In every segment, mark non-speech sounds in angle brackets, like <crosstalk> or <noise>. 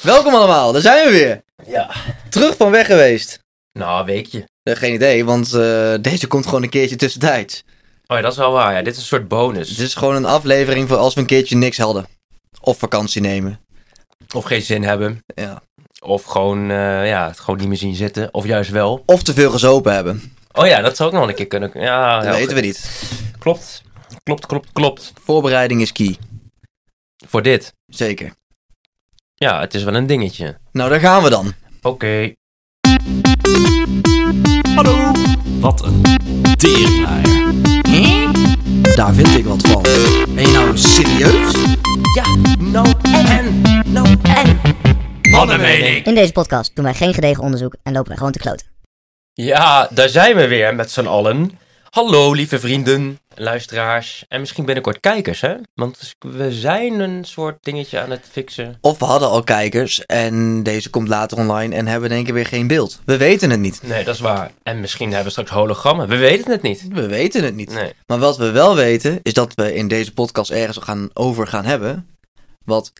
Welkom allemaal, daar zijn we weer. Ja. Terug van weg geweest. Nou, een weekje. Eh, geen idee, want eh, deze komt gewoon een keertje tussentijds. Oh ja, dat is wel waar. Ja, dit is een soort bonus. Dit is gewoon een aflevering voor als we een keertje niks hadden. Of vakantie nemen. Of geen zin hebben. Ja. Of gewoon, eh, ja, het gewoon niet meer zien zitten. Of juist wel. Of te veel gezopen hebben. Oh ja, dat zou ook nog wel een keer kunnen. Ja, Dat ja, weten we niet. Klopt. Klopt, klopt, klopt. Voorbereiding is key. Voor dit. Zeker. Ja, het is wel een dingetje. Nou, daar gaan we dan. Oké. Hallo. Wat een teringlaaier. Daar vind ik wat van. Ben je nou serieus? Ja, nou en. Nou en. Mannenmening. In deze podcast doen wij geen gedegen onderzoek en lopen wij gewoon te kloten. Ja, daar zijn we weer met z'n allen. Hallo, lieve vrienden, luisteraars en misschien binnenkort kijkers, hè? Want we zijn een soort dingetje aan het fixen. Of we hadden al kijkers en deze komt later online en hebben in één keer weer geen beeld. We weten het niet. Nee, dat is waar. En misschien hebben we straks hologrammen. We weten het niet. We weten het niet. Nee. Maar wat we wel weten is dat we in deze podcast ergens gaan over gaan hebben. Wat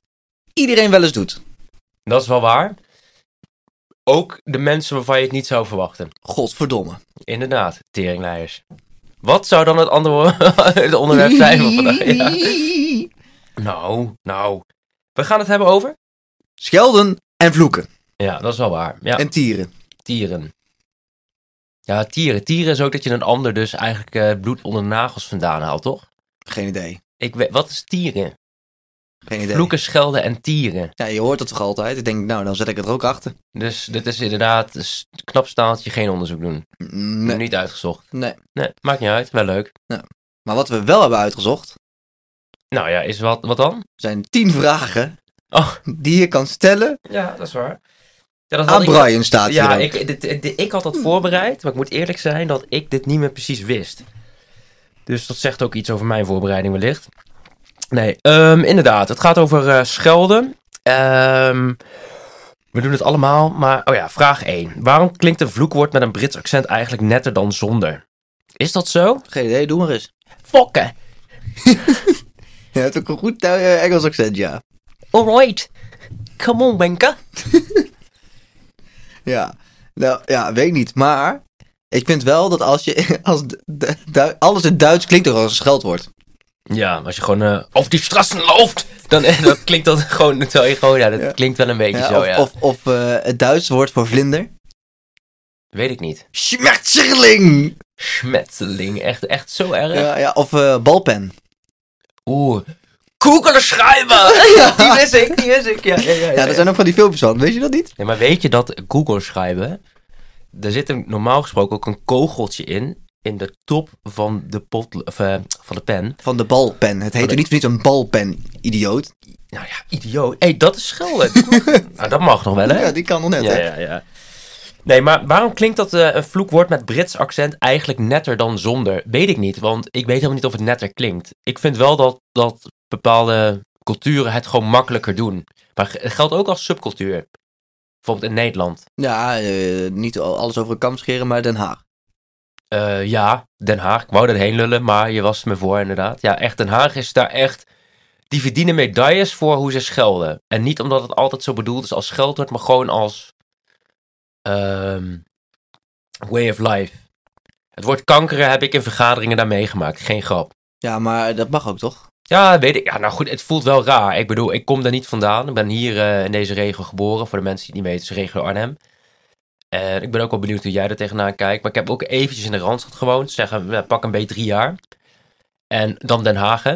iedereen wel eens doet. Dat is wel waar. Ook de mensen waarvan je het niet zou verwachten. <laughs> Godverdomme. Inderdaad, teringleiers. Wat zou dan het andere <laughs> het onderwerp zijn van vandaag? Ja. Nou, nou. We gaan het hebben over? <laughs> Schelden en vloeken. Ja, dat is wel waar. Ja, En tieren. tieren. Ja, tieren. Tieren is ook dat je een ander dus eigenlijk eh, bloed onder de nagels vandaan haalt, toch? Geen idee. Ik weet, wat is tieren? Geen idee. Vloeken, schelden en tieren. Ja, je hoort dat toch altijd? Ik denk, nou, dan zet ik het er ook achter. Dus dit is inderdaad een s- knap staaltje geen onderzoek doen. Mm, Nee. Niet uitgezocht. nee. Nee, maakt niet uit. Wel leuk. Maar wat we wel hebben uitgezocht, Nou ja, is wat, wat dan? zijn tien vragen Oh. die je kan stellen Ja, dat is waar. Ja, dat had Hmm. aan ik- Brian staat hier Ja, ook. ik, dit- dit- ik had dat voorbereid, maar ik moet eerlijk zijn dat ik dit niet meer precies wist. Dus dat zegt ook iets over mijn voorbereiding wellicht. Nee, ehm, inderdaad. Het gaat over eh, schelden. Ehm, we doen het allemaal, maar... Oh ja, vraag 1. Waarom klinkt een vloekwoord met een Brits accent eigenlijk netter dan zonder? Is dat zo? Geen idee, doe maar eens. Fokken. <laughs> Je hebt ook een goed eh, Engels accent, ja. Alright. Come on, Wenke. Ja, nou, ja, weet ik niet. Maar ik vind wel dat als je, <laughs> als du- du- du- alles in Duits klinkt toch als een scheldwoord. Ja, als je gewoon eh over die strassen loopt, dan, eh, dan klinkt dat <laughs> gewoon, terwijl je gewoon, ja, dat Ja. klinkt wel een beetje Ja, zo, of ja. of, of eh, het Duits woord voor vlinder. Weet ik niet. Schmetterling! Schmetterling, echt, echt zo erg. Ja, ja, of eh, balpen. Oeh. Koekelen schrijven! <laughs> <laughs> die wist ik, die wist ik, ja. ja, ja, ja, Ja, ja. daar zijn ook van die filmpjes van, weet je dat niet? Nee, maar weet je dat Google schrijven, daar zit een, normaal gesproken ook een kogeltje in, in de top van de, pot, of, eh, van de pen. Van de balpen. Het Oh, heet er niet voor niets een balpen, idioot. Nou ja, idioot. Hé, hey, dat <laughs> is schelden. nou, dat mag nog wel, hè? Ja, die kan nog net, Ja, hè? ja, ja. Nee, maar waarom klinkt dat eh, een vloekwoord met Brits accent eigenlijk netter dan zonder? Weet ik niet, want ik weet helemaal niet of het netter klinkt. Ik vind wel dat, dat bepaalde culturen het gewoon makkelijker doen. Maar het geldt ook als subcultuur. Bijvoorbeeld in Nederland. Ja, eh, niet al- alles over een kam scheren, maar Den Haag. Eh, ja, Den Haag. Ik wou erheen lullen, maar je was me voor inderdaad. Ja, echt, Den Haag is daar echt... Die verdienen medailles voor hoe ze schelden. En niet omdat het altijd zo bedoeld is als scheldwoord, maar gewoon als... ehm, way of life. Het woord kankeren heb ik in vergaderingen daar meegemaakt. Geen grap. Ja, maar dat mag ook, toch? Ja, weet ik. Ja, nou goed, het voelt wel raar. Ik bedoel, ik kom daar niet vandaan. Ik ben hier eh, in deze regio geboren. Voor de mensen die het niet weten, het is regio Arnhem. En ik ben ook wel benieuwd hoe jij er tegenaan kijkt. Maar ik heb ook eventjes in de Randstad gewoond. Zeggen, we pak een beetje drie jaar. En dan Den Haag, hè.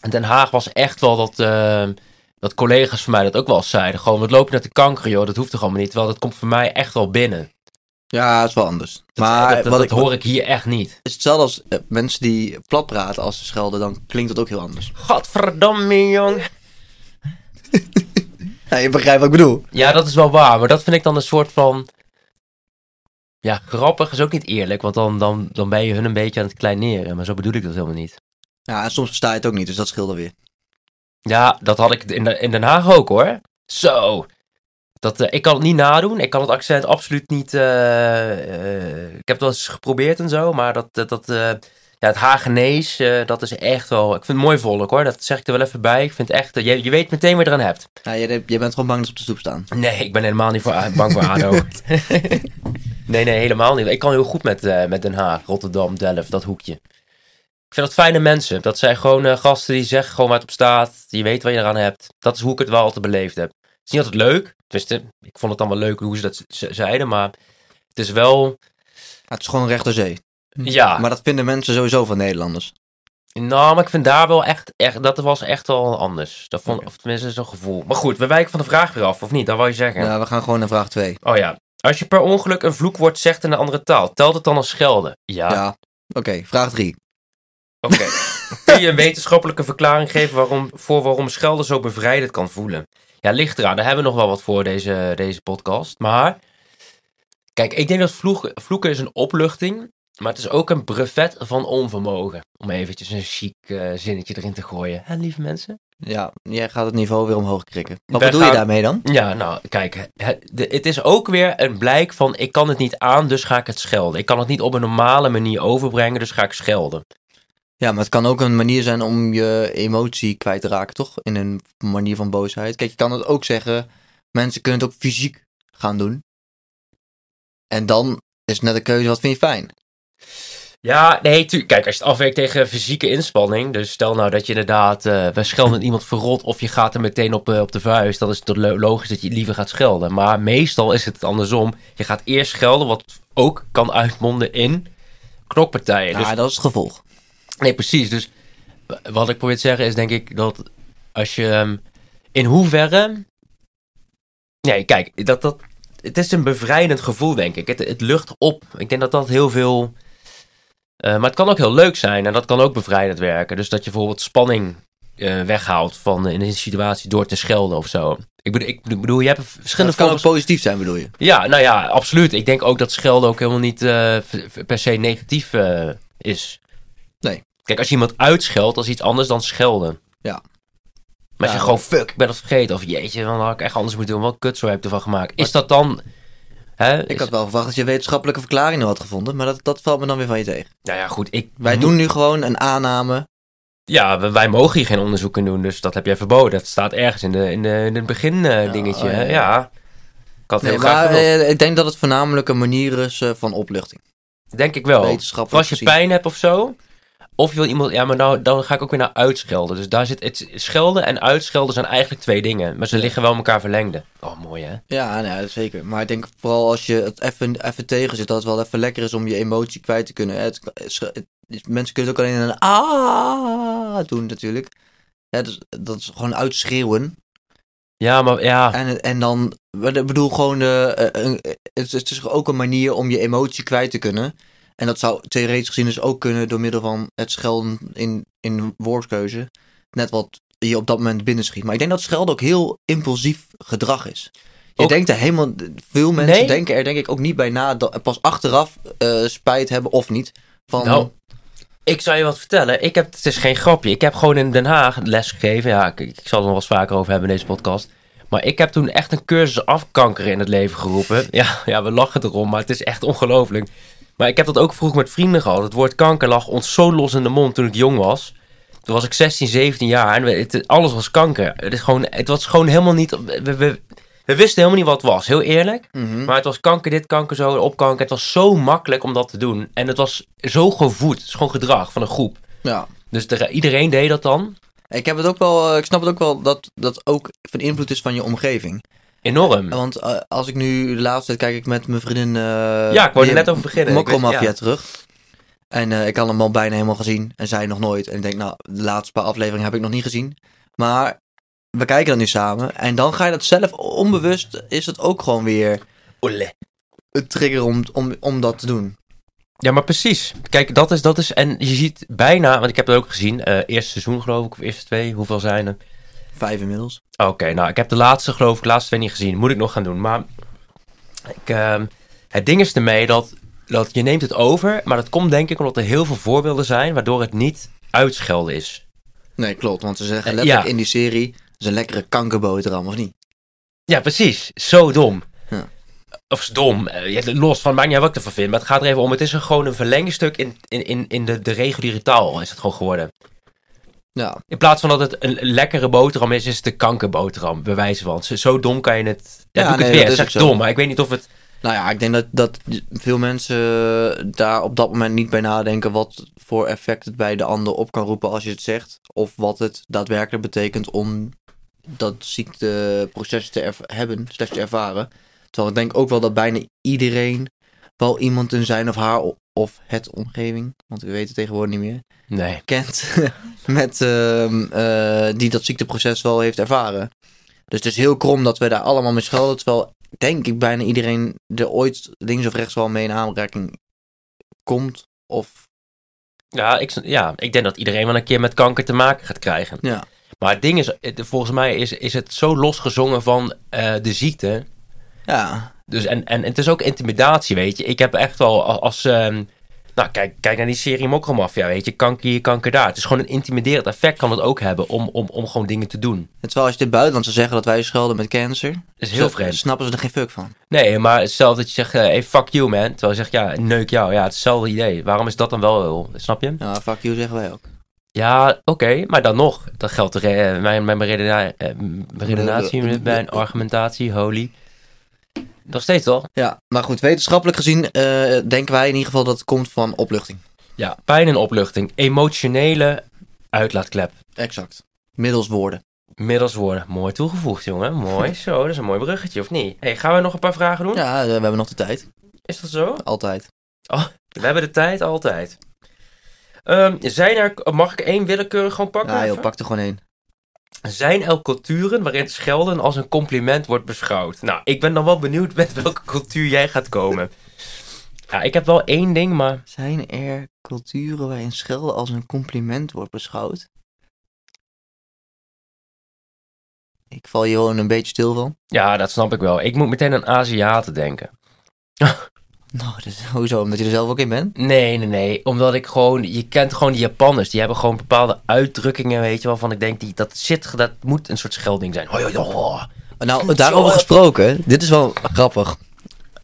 En Den Haag was echt wel dat... eh, dat collega's van mij dat ook wel eens zeiden. Gewoon, wat loop je naar de kanker, joh. Dat hoeft toch allemaal niet. Terwijl dat komt voor mij echt wel binnen. Ja, dat is wel anders. Dat, maar dat, dat- wat ik dat hoor ik hier echt niet. is hetzelfde als eh, mensen die plat praten als ze schelden, dan klinkt dat ook heel anders. Gadverdamme, jong. Ja, je begrijpt wat ik bedoel. Ja, dat is wel waar. Maar dat vind ik dan een soort van. Ja, grappig is ook niet eerlijk. Want dan, dan, dan ben je hun een beetje aan het kleineren. Maar zo bedoel ik dat helemaal niet. Ja, en soms versta je het ook niet, dus dat scheelde weer. Ja, dat had ik in, de- in Den Haag ook hoor. Zo. Dat, eh, ik kan het niet nadoen. Ik kan het accent absoluut niet. eh, eh, ik heb het wel eens geprobeerd en zo. Maar dat. dat, dat eh, ja, Ja, het Hagenees, eh, dat is echt wel... Ik vind het mooi volk hoor, dat zeg ik er wel even bij. Ik vind het echt... eh, je, je weet meteen wat je eraan hebt. Nou, jij, jij bent gewoon bang dat ze op de stoep staan. Nee, ik ben helemaal niet voor, bang voor <laughs> ADO. nee, nee, helemaal niet. Ik kan heel goed met, eh, met Den Haag, Rotterdam, Delft, dat hoekje. Ik vind dat fijne mensen. Dat zijn gewoon eh, gasten die zeggen gewoon waar het op staat. Je weet wat je eraan hebt. Dat is hoe ik het wel altijd beleefd heb. Het is niet altijd leuk. Tenminste, ik vond het dan wel leuk hoe ze dat z- zeiden. Maar het is wel... Ja, het is gewoon recht door zee. Ja, Maar dat vinden mensen sowieso van Nederlanders. Nou, maar ik vind daar wel echt, echt dat was echt al anders. Dat vond, Of tenminste, zo'n gevoel. Maar goed, we wijken van de vraag weer af, of niet? Dat wou je zeggen. Nou, we gaan gewoon naar vraag 2. Oh ja. Als je per ongeluk een vloekwoord zegt in een andere taal, telt het dan als schelden? Ja. Ja. Oké, vraag 3. Oké. <laughs> Kun je een wetenschappelijke verklaring geven waarom, voor waarom schelden zo bevrijdend kan voelen? Ja, ligt eraan. Daar hebben we nog wel wat voor deze, deze podcast. Maar, kijk, ik denk dat vloeg- vloeken is een opluchting. Maar het is ook een brevet van onvermogen. Om eventjes een chic eh, zinnetje erin te gooien. Hè, lieve mensen? Ja, jij gaat het niveau weer omhoog krikken. Wat Wij bedoel je gaan- daarmee dan? Ja, nou, kijk, het, de- het is ook weer een blijk van ik kan het niet aan, dus ga ik het schelden. Ik kan het niet op een normale manier overbrengen, dus ga ik schelden. Ja, maar het kan ook een manier zijn om je emotie kwijt te raken, toch? In een manier van boosheid. Kijk, je kan het ook zeggen, mensen kunnen het ook fysiek gaan doen. En dan is het net een keuze, wat vind je fijn? Ja, nee, tuurlijk. Kijk, als je het afweegt tegen fysieke inspanning, dus stel nou dat je inderdaad, eh we schelden iemand verrot of je gaat er meteen op, eh, op de vuist, dan is het lo- logisch dat je liever gaat schelden. Maar meestal is het andersom. Je gaat eerst schelden, wat ook kan uitmonden in knokpartijen. Ja, Dus dat is het gevolg. Nee, precies. Dus w- wat ik probeer te zeggen is denk ik dat als je ehm, in hoeverre. Nee, kijk, dat, dat, het is een bevrijdend gevoel, denk ik. Het, het lucht op. Ik denk dat dat heel veel. eh, maar het kan ook heel leuk zijn en dat kan ook bevrijdend werken. Dus dat je bijvoorbeeld spanning eh, weghaalt van eh, in een situatie door te schelden of zo. Ik bedoel, ik bedoel je hebt Dat verschillende kan ook vormen- positief zijn, bedoel je? ja, nou ja, absoluut. Ik denk ook dat schelden ook helemaal niet eh, v- v- per se negatief eh, is. Nee. Kijk, als je iemand uitscheldt, dat is iets anders dan schelden. Ja. Maar Ja, als je gewoon, fuck, ik ben dat vergeten. Of jeetje, dan had ik echt anders moeten doen. Wat kut, zo heb ik ervan gemaakt. Is dat dan... Hè? Ik Is- had wel verwacht dat je wetenschappelijke verklaringen had gevonden, maar dat, dat valt me dan weer van je tegen. Nou ja, goed. Ik, Wij doen nu gewoon een aanname. Ja, we- wij mogen hier geen onderzoek in doen. Dus dat heb jij verboden. Dat staat ergens in, de, in, de, in het begin eh, Ja, dingetje. oh, ja, hè? ja. ja. Ik had het Nee, heel graag maar gewild. eh, ik denk dat het voornamelijk een manier is eh, van opluchting. eh, Denk ik wel. Of Wetenschappelijk als Oh. je gezien. pijn hebt of zo. Of je wil iemand. Ja, maar nou, dan ga ik ook weer naar uitschelden. Dus daar zit. Het, schelden en uitschelden zijn eigenlijk twee dingen. Maar ze liggen wel elkaar verlengde. Oh, mooi hè? Ja, nou ja, zeker. Maar ik denk vooral als je het even, even tegen zit, dat het wel even lekker is om je emotie kwijt te kunnen. Het, het- het- mensen kunnen het ook alleen een ah doen natuurlijk. Ja, dus, dat is gewoon uitschreeuwen. Ja, maar <laughs> ja. En, en dan, maar ik bedoel gewoon, eh, eh, een- het, is- het is ook een manier om je emotie kwijt te kunnen. En dat zou theoretisch gezien dus ook kunnen door middel van het schelden in, in woordkeuze. Net wat je op dat moment binnenschiet. Maar ik denk dat schelden ook heel impulsief gedrag is. Je Ook- denkt er helemaal, veel mensen Nee. denken er denk ik ook niet bij na, dat, pas achteraf eh, spijt hebben of niet. Van, Nou, Ik zou je wat vertellen. Ik heb, het is geen grapje. Ik heb gewoon in Den Haag les gegeven. Ja, ik, ik zal er nog wel eens vaker over hebben in deze podcast. Maar ik heb toen echt een cursus afkankeren in het leven geroepen. <laughs> Ja, ja we lachen erom, maar het is echt ongelooflijk. Maar ik heb dat ook vroeg met vrienden gehad. Het woord kanker lag ons zo los in de mond toen ik jong was. Toen was ik 16, 17 jaar en we- het, alles was kanker. Het, is gewoon, het was gewoon helemaal niet... We, we, we wisten helemaal niet wat het was, heel eerlijk. mhm. Maar het was kanker dit, kanker zo, opkanker. Het was zo makkelijk om dat te doen. En het was zo gevoed. Het is gewoon gedrag van een groep. ja. Dus er- iedereen deed dat dan. Ik, heb het ook wel, eh, ik snap het ook wel dat dat ook van invloed is van je omgeving. Enorm. Want eh, als ik nu de laatste tijd kijk ik met mijn vriendin. eh, ja, ik wou er die net over beginnen. Ik weet- Mokromafia ja. terug. En eh, ik had hem al bijna helemaal gezien. En zij nog nooit. En ik denk, nou, de laatste paar afleveringen heb ik nog niet gezien. Maar we kijken dat nu samen. En dan ga je dat zelf onbewust. Is het ook gewoon weer Olé. een trigger om, om, om dat te doen. Ja, maar precies. Kijk, dat is, dat is... En je ziet bijna... Want ik heb het ook gezien. eh eerste seizoen geloof ik. Of eerste twee. Hoeveel zijn er? Vijf inmiddels. Oké, nou, ik heb de laatste, geloof ik, de laatste twee niet gezien. Moet ik nog gaan doen. Maar ik, ehm, het ding is ermee dat, dat je neemt het over. Maar dat komt denk ik omdat er heel veel voorbeelden zijn waardoor het niet uitschelden is. Nee, klopt. Want ze zeggen Eh, letterlijk ja. in die serie. Dat is een lekkere kankerboterham, of niet? Ja, precies. Zo dom. Ja. Of is dom. eh, ja, los van, maakt niet uit wat ik ervan vind. Maar het gaat er even om. Het is een- gewoon een verlengstuk in, in, in, in de, de reguliere taal. Is het gewoon geworden. Ja, In plaats van dat het een lekkere boterham is, is het een kankerboterham. Bij wijze van. Zo- Zo dom kan je het... Ja, Ja, doe nee, ik het dat weer. is Zeg ook zo. dom. Maar ik weet niet of het... nou ja, ik denk dat, dat veel mensen daar op dat moment niet bij nadenken wat voor effect het bij de ander op kan roepen als je het zegt. Of wat het daadwerkelijk betekent om dat ziekteproces te erv- hebben, slechts te ervaren. Terwijl ik denk ook wel dat bijna iedereen wel iemand in zijn of haar o- of het omgeving, want we weten tegenwoordig niet meer, Nee. kent <laughs> met, ehm, eh, die dat ziekteproces wel heeft ervaren. Dus het is heel krom dat we daar allemaal mee schelden. Terwijl denk ik bijna iedereen er ooit links of rechts wel mee in aanraking komt. Of Ja ik, ja, ik denk dat iedereen wel een keer met kanker te maken gaat krijgen. Ja. Maar het ding is, het- volgens mij is, is het zo losgezongen van eh, de ziekte. ja, Dus en, en het is ook intimidatie, weet je. Ik heb echt wel als... als, ehm, nou, kijk, kijk naar die serie Mokro Mafia, weet je. Kanker hier, kanker daar. Het is gewoon een intimiderend effect kan het ook hebben om, om, om gewoon dingen te doen. en terwijl als je dit buitenland zou zeggen dat wij schelden met cancer, Dat is heel dan vreemd. snappen ze er geen fuck van. Nee, maar hetzelfde dat je zegt, eh, hey, fuck you, man. Terwijl je zegt, ja, neuk jou. Ja, hetzelfde idee. Waarom is dat dan wel, wel? Snap je? Ja, fuck you zeggen wij ook. Ja, oké, maar dan nog. Dat geldt de re- eh, mijn, mijn redena- eh, m- redenatie, mijn argumentatie, holy. Nog steeds toch? Ja, maar goed, wetenschappelijk gezien eh, denken wij in ieder geval dat het komt van opluchting. Ja, pijn en opluchting. Emotionele uitlaatklep. Exact. Middels woorden. Middels woorden. Mooi toegevoegd, jongen. Mooi. Zo, dat is een mooi bruggetje, of niet? hey, gaan we nog een paar vragen doen? Ja, eh, we hebben nog de tijd. Is dat zo? Altijd. We hebben de tijd altijd. Ehm, zijn er, mag ik één willekeurig gewoon pakken? Ja, joh, even? pak er gewoon één. Zijn er culturen waarin schelden als een compliment wordt beschouwd? Nou, ik ben dan wel benieuwd met welke cultuur jij gaat komen. Ja, ik heb wel één ding, maar Zijn er culturen waarin schelden als een compliment wordt beschouwd? Ik val hier gewoon een beetje stil van. <laughs> ja, dat snap ik wel. Ik moet meteen aan Aziaten denken. Nou, dat is hoezo? Omdat je er zelf ook in bent? Nee, nee, nee. Omdat ik gewoon, je kent gewoon die Japanners. Die hebben gewoon bepaalde uitdrukkingen, weet je, waarvan ik denk, die, dat zit, dat moet een soort schelding zijn. Hoi, oh. hoi, hoi. Nou, daarover gesproken, dit is wel grappig.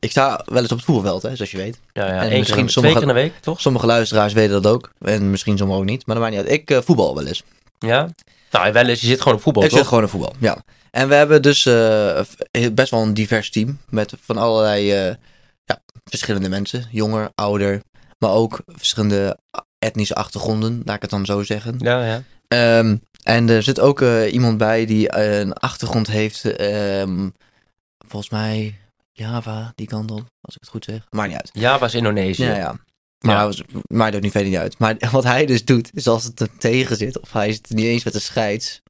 Ik sta wel eens op het voetbalveld, hè, zoals je weet. Ja, ja, En één keer, misschien in de- sommige- twee keer in de week, toch? Sommige luisteraars weten dat ook. En misschien sommigen ook niet, maar dat maakt niet uit. Ik eh, voetbal wel eens. Ja. Nou, wel eens, je zit gewoon op voetbal, Ik toch? zit gewoon in voetbal, ja. En we hebben dus eh, best wel een divers team met van allerlei eh, ja, verschillende mensen. Jonger, ouder, maar ook verschillende etnische achtergronden, laat ik het dan zo zeggen. Ja, ja. Ehm, en er zit ook eh, iemand bij die eh, een achtergrond heeft, ehm, volgens mij Java, die kant op, als ik het goed zeg. Maakt niet uit. Ja, was Indonesië. Ja, ja. Maar Ja. dat was- maakt ook niet verder niet uit. Maar <laughs> wat hij dus doet, is als het er tegen zit, of hij zit niet eens met de scheids,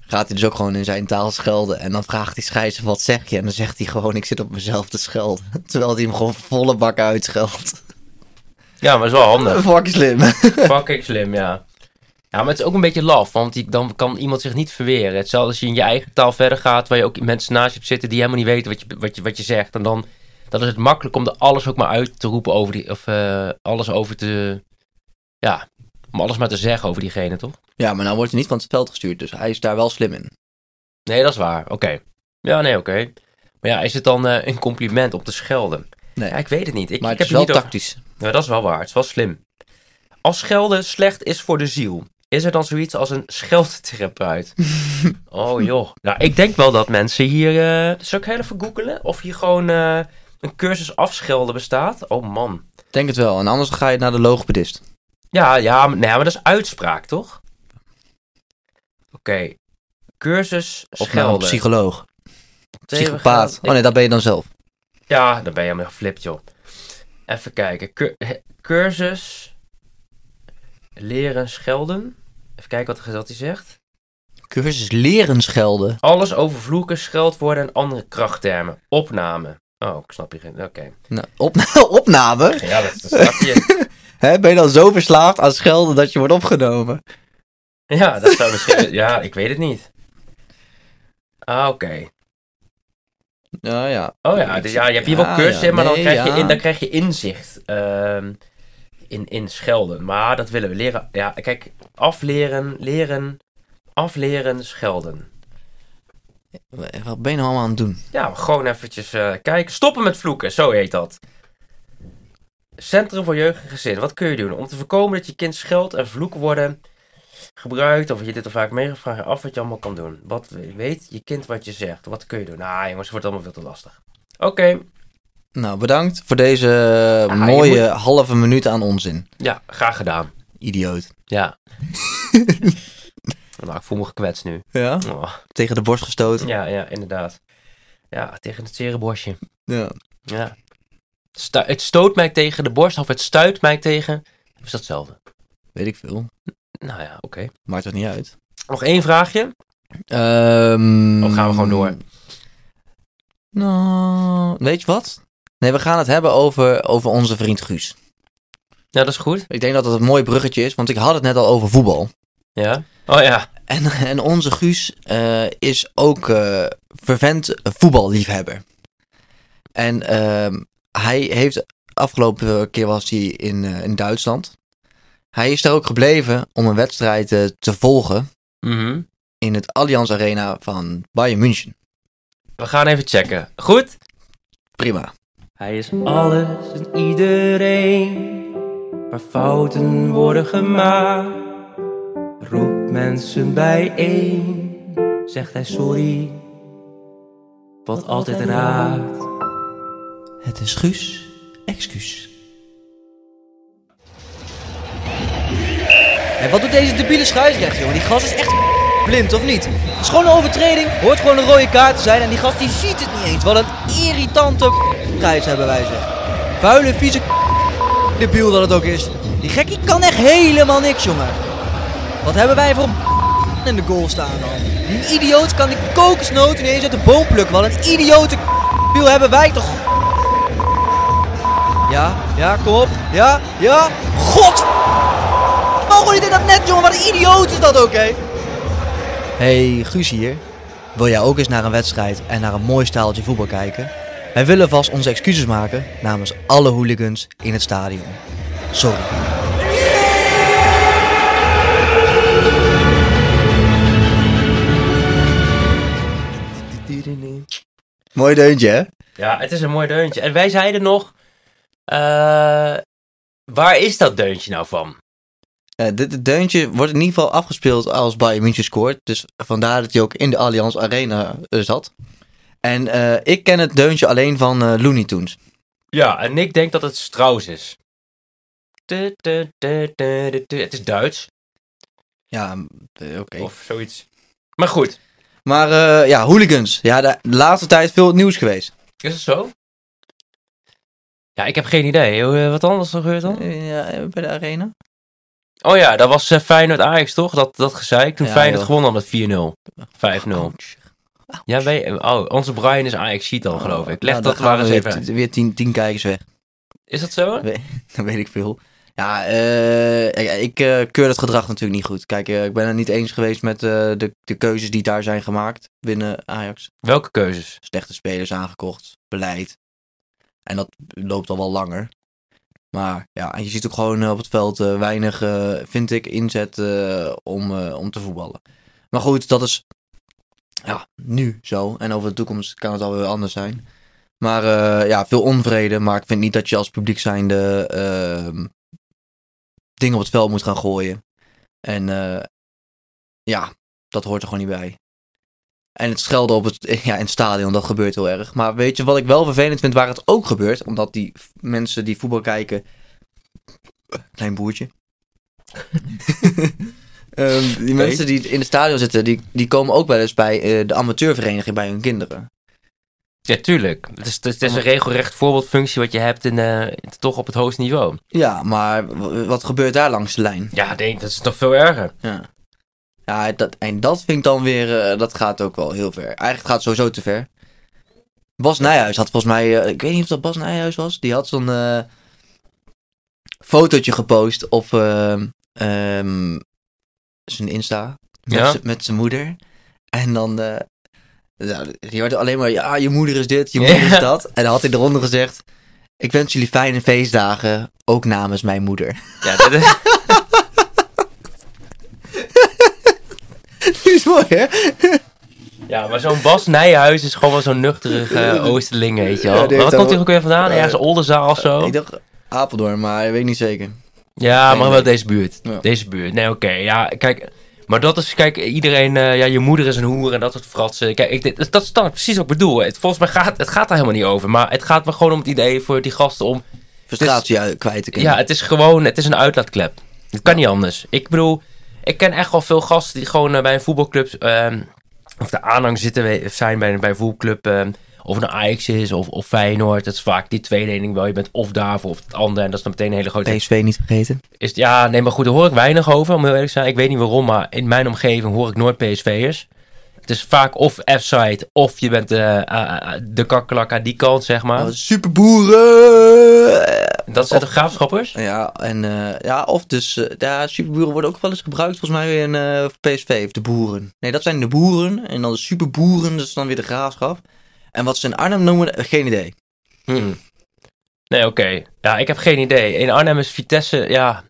gaat hij dus ook gewoon in zijn taal schelden. En dan vraagt die scheids, wat zeg je? En dan zegt hij gewoon, ik zit op mezelf te schelden. <laughs> Terwijl hij hem gewoon volle bak uitscheldt. <laughs> Ja, maar is wel handig. Fuck slim. <laughs> Fucking slim, ja. Ja, maar het is ook een beetje laf, want die, dan kan iemand zich niet verweren. Hetzelfde als je in je eigen taal verder gaat, waar je ook mensen naast je hebt zitten die helemaal niet weten wat je, wat je, wat je zegt. En dan, dan is het makkelijk om er alles ook maar uit te roepen over die, of eh, alles over te, ja, om alles maar te zeggen over diegene, toch? Ja, maar nou wordt hij niet van het veld gestuurd, dus hij is daar wel slim in. Nee, dat is waar. Oké. Ja, nee, oké. Maar ja, is het dan eh, een compliment om te schelden? Nee. Ja, ik weet het niet. Ik, Maar ik het is heb wel het niet over- tactisch. Ja, Nou, dat is wel waar. Het is wel slim. Als schelden slecht is voor de ziel, is er dan zoiets als een scheldtherapeut? oh joh. Nou, ik denk wel dat mensen hier... eh zal ik heel even googelen? Of hier gewoon eh, een cursus afschelden bestaat? Oh man. Denk het wel, en anders ga je naar de logopedist. Ja, ja, maar, nee, maar dat is uitspraak, toch? Oké. Cursus Of naar een schelden. psycholoog, Tegen- psychopaat. Oh nee, dat ben je dan zelf. Ja, dan ben je helemaal geflipt, joh. Even kijken. Cur- he- cursus leren schelden. Even kijken wat, er- wat hij zegt. Cursus leren schelden. Alles over vloeken, scheldwoorden en andere krachttermen. Opname. Oh, ik snap je. geen- Oké. Nou, op- <laughs> opname? <laughs> Ja, dat, dat snap je. Hè, ben je dan zo verslaafd aan schelden dat je wordt opgenomen? <laughs> Ja, dat zou misschien... Ja, ik weet het niet. Ah, oké. Ja, ja. Oh ja, dus ja, je hebt hier wel Ja, cursussen, ja. maar dan, Nee, krijg ja. je in, dan krijg je inzicht ehm, in, in schelden. Maar dat willen we leren. Ja, kijk, afleren, leren, afleren, schelden. Wat ben je nou allemaal aan het doen? Ja, maar gewoon eventjes eh, kijken. Stoppen met vloeken, zo heet dat. Centrum voor Jeugd en Gezin. Wat kun je doen om te voorkomen dat je kind scheld en vloeken worden gebruikt? Of je dit al vaak meegevraagd hebt, af wat je allemaal kan doen. Wat weet je kind wat je zegt? Wat kun je doen? Nou jongens, het wordt allemaal veel te lastig. Oké, Nou, bedankt voor deze eh, Ah, je mooie halve minuut aan onzin. ja, graag gedaan. Idioot. <laughs> Ja. nou, ik voel me gekwetst nu. Ja? Oh, Tegen de borst gestoten. ja, ja, inderdaad. Ja, tegen het zere borstje. Ja. Ja. Stu- het stoot mij tegen de borst of het stuit mij tegen. Is dat hetzelfde? Weet ik veel. Nou ja, oké. Maakt het niet uit. Nog één vraagje. Ehm, Of Oh, gaan we gewoon door? Nou, weet je wat? Nee, we gaan het hebben over, over onze vriend Guus. Ja, dat is goed. Ik denk dat dat een mooi bruggetje is, want ik had het net al over voetbal. Ja. Oh ja. En, en onze Guus eh, is ook eh vervent voetballiefhebber. En ehm, hij heeft, afgelopen keer was hij in, eh, in Duitsland. Hij is daar ook gebleven om een wedstrijd eh, te volgen Mhm. in het Allianz Arena van Bayern München. We gaan even checken. Goed? Prima. Hij is alles en iedereen. Waar fouten worden gemaakt. Roept mensen bijeen. Zegt hij sorry. Wat altijd raakt. Het is Guus, excuus. En wat doet deze debiele scheidsrechter, jongen? Die gast is echt blind, of niet? Het is gewoon een overtreding, hoort gewoon een rode kaart te zijn. En die gast die ziet het niet eens. Wat een irritante scheids hebben wij, zeg. Vuile, vieze debiel dat het ook is. Die gek die kan echt helemaal niks, jongen. Wat hebben wij voor een in de goal staan dan? Die idioot kan die kokosnoot niet eens uit de boom plukken. Wat een idiote debiel hebben wij toch. Ja, ja, kom op. Ja, ja. God Mogen niet in nou dat net, jongen? Wat een idioot is dat ook, hè? Hey, Guus hier. Wil jij ook eens naar een wedstrijd en naar een mooi staaltje voetbal kijken? Wij willen vast onze excuses maken namens alle hooligans in het stadion. Sorry. Mooi deuntje, hè? Ja, het is een mooi deuntje. En wij zeiden nog. eh, waar is dat deuntje nou van? Eh, dit dit deuntje wordt in ieder geval afgespeeld als Bayern München scoort. Dus vandaar dat hij ook in de Allianz Arena eh, zat. En eh, ik ken het deuntje alleen van eh, Looney Tunes. Ja, en ik denk dat het Strauss is. Tu, tu, tu, tu, tu, tu. Het is Duits Ja, eh, oké. of zoiets. Maar goed, Maar eh, ja, hooligans. Ja, de de laatste tijd veel nieuws geweest. is het zo? Ja, ik heb geen idee. Eh, Wat anders gebeurt dan? Ja, eh, bij de arena? Oh ja, dat was eh, Feyenoord-Ajax toch? Dat, dat gezeik. Toen Ja, Feyenoord joh. gewonnen had met 4-0. 5-0. Ja, wij, oh, onze Brian is ajax ziet al, geloof ik. Leg Nou, dat dan maar gaan eens we even weer, uit. Weer tien, tien kijkers weg. <laughs> Is dat zo? Dat weet ik veel. Ja, eh, ik- ik eh, keur dat gedrag natuurlijk niet goed. Kijk, eh, ik ben het niet eens geweest met eh, de, de keuzes die daar zijn gemaakt binnen Ajax. Welke keuzes? Slechte spelers aangekocht, beleid. En dat loopt al wel langer. Maar ja, en je ziet ook gewoon eh, op het veld eh, weinig, eh, vind ik, inzet eh, om, eh, om te voetballen. Maar goed, dat is ja, nu zo. En over de toekomst kan het alweer anders zijn. Maar eh, ja, veel onvrede. Maar ik vind niet dat je als publiek zijnde ehm, dingen op het veld moet gaan gooien. En eh, ja, dat hoort er gewoon niet bij. En het schelden op het, <laughs> ja, in het stadion, dat gebeurt heel erg. Maar weet je wat ik wel vervelend vind waar het ook gebeurt? Omdat die f- mensen die voetbal kijken... Klein boertje. Ehm, die mensen die in het stadion zitten, die, die komen ook wel eens bij eh, de amateurvereniging bij hun kinderen. Ja, tuurlijk. Het is, het is een regelrecht voorbeeldfunctie wat je hebt in, eh, toch op het hoogste niveau. Ja, maar w- wat gebeurt daar langs de lijn? Ja, denk, dat is toch veel erger. Ja. Ja, dat, en dat vind ik dan weer, eh, dat gaat ook wel heel ver. Eigenlijk gaat het sowieso te ver. Bas Nijhuis had volgens mij, eh, ik weet niet of dat Bas Nijhuis was, die had zo'n eh, fotootje gepost op ehm, ehm, zijn Insta met, Ja. z'n- met zijn moeder. En dan, eh, nou, je hoorde alleen maar, ja, je moeder is dit, je moeder Ja. is dat. En dan had hij eronder gezegd, ik wens jullie fijne feestdagen, ook namens mijn moeder. Ja, dat is, Die is mooi, hè? <laughs> Ja, maar zo'n Bas Nijhuis is gewoon wel zo'n nuchterige <laughs> eh, Oosterling, weet je Ja, wel. die maar heeft waar komt hij ook- ook weer vandaan? eh, Ergens Oldenzaal of zo? Ik dacht Apeldoorn, maar ik weet niet zeker. Ja, Geen maar wel idee. deze buurt. Ja. Deze buurt. Nee, oké. Ja, kijk. Maar dat is, kijk, iedereen, eh, ja, je moeder is een hoer en dat soort fratsen. Kijk, ik, dat, dat is dan precies wat ik bedoel. Het, volgens mij gaat het gaat daar helemaal niet over. Maar het gaat me gewoon om het idee voor die gasten om Frustratie uit- kwijt te kunnen. ja, het is gewoon, het is een uitlaatklep. Het kan niet anders. Ik bedoel, ik ken echt wel veel gasten die gewoon eh, bij een voetbalclub, ehm, of de aanhang zitten we- of zijn bij een, bij een voetbalclub, ehm, of een Ajax is, of, of Feyenoord. Dat is vaak die tweedeling wel. Je bent of daarvoor of het andere. En dat is dan meteen een hele grote... PSV niet vergeten. Is, ja, nee, maar goed, daar hoor ik weinig over. Om heel eerlijk te zijn, ik weet niet waarom, maar in mijn omgeving hoor ik nooit PSV'ers. Het is vaak of F-site, of je bent de, de kakkelak aan die kant, zeg maar. Superboeren! dat zijn de graafschappers? Ja, en, eh, ja, of dus, eh, ja, superboeren worden ook wel eens gebruikt volgens mij in eh, PSV, of de boeren. Nee, dat zijn de boeren, en dan de superboeren, dat is dan weer de graafschap. En wat ze in Arnhem noemen, eh, geen idee. Hmm. Nee, oké. Ja, ik heb geen idee. In Arnhem is Vitesse, ja...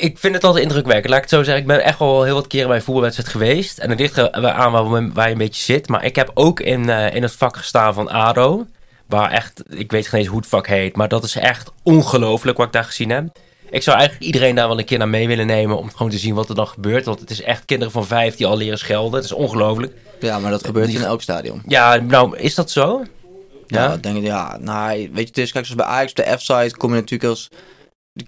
Ik vind het altijd indrukwekkend. Laat ik het zo zeggen. Ik ben echt wel heel wat keren bij een voetbalwedstrijd geweest. En het ligt er aan waar, waar je een beetje zit. Maar ik heb ook in, eh, in het vak gestaan van ADO. Waar echt, ik weet geen eens hoe het vak heet. Maar dat is echt ongelooflijk wat ik daar gezien heb. Ik zou eigenlijk iedereen daar wel een keer naar mee willen nemen. Om gewoon te zien wat er dan gebeurt. Want het is echt kinderen van vijf die al leren schelden. Het is ongelooflijk. Ja, maar dat gebeurt in elk stadion. Ja, nou, is dat zo? Ja, ik denk ik, ja, nou, weet je, het is, kijk, zoals bij Ajax, de F-site, kom je natuurlijk als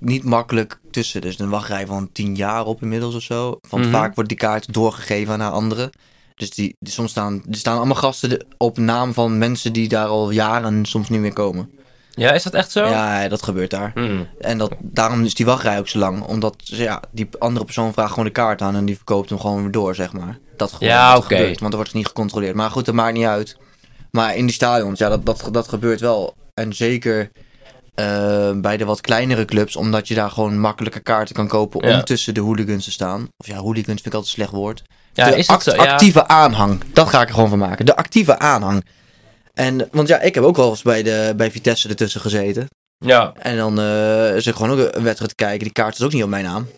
niet makkelijk tussen. Dus een wachtrij van tien jaar op inmiddels of zo. Want Mhm. vaak wordt die kaart doorgegeven aan anderen. Dus die, die soms staan, er staan allemaal gasten de- op naam van mensen die daar al jaren soms niet meer komen. Ja, is dat echt zo? Ja, dat gebeurt daar. Oh. Hmm. En dat, daarom is die wachtrij ook zo lang. Omdat ja, die andere persoon vraagt gewoon de kaart aan en die verkoopt hem gewoon weer door, zeg maar. Dat gewoon Ja, wat oké. gebeurt, want er wordt dus niet gecontroleerd. Maar goed, dat maakt niet uit. Maar in die stadions, ja, dat, dat, dat gebeurt wel. En zeker eh, bij de wat kleinere clubs, omdat je daar gewoon makkelijke kaarten kan kopen Ja. om tussen de hooligans te staan. Of ja, hooligans vind ik altijd een slecht woord. Ja, de is dat act- zo? Ja. actieve aanhang, dat ga ik er gewoon van maken. De actieve aanhang. En, want ja, ik heb ook wel eens bij, de, bij Vitesse ertussen gezeten. Ja, En dan eh zit gewoon ook een wedstrijd te kijken. Die kaart is ook niet op mijn naam.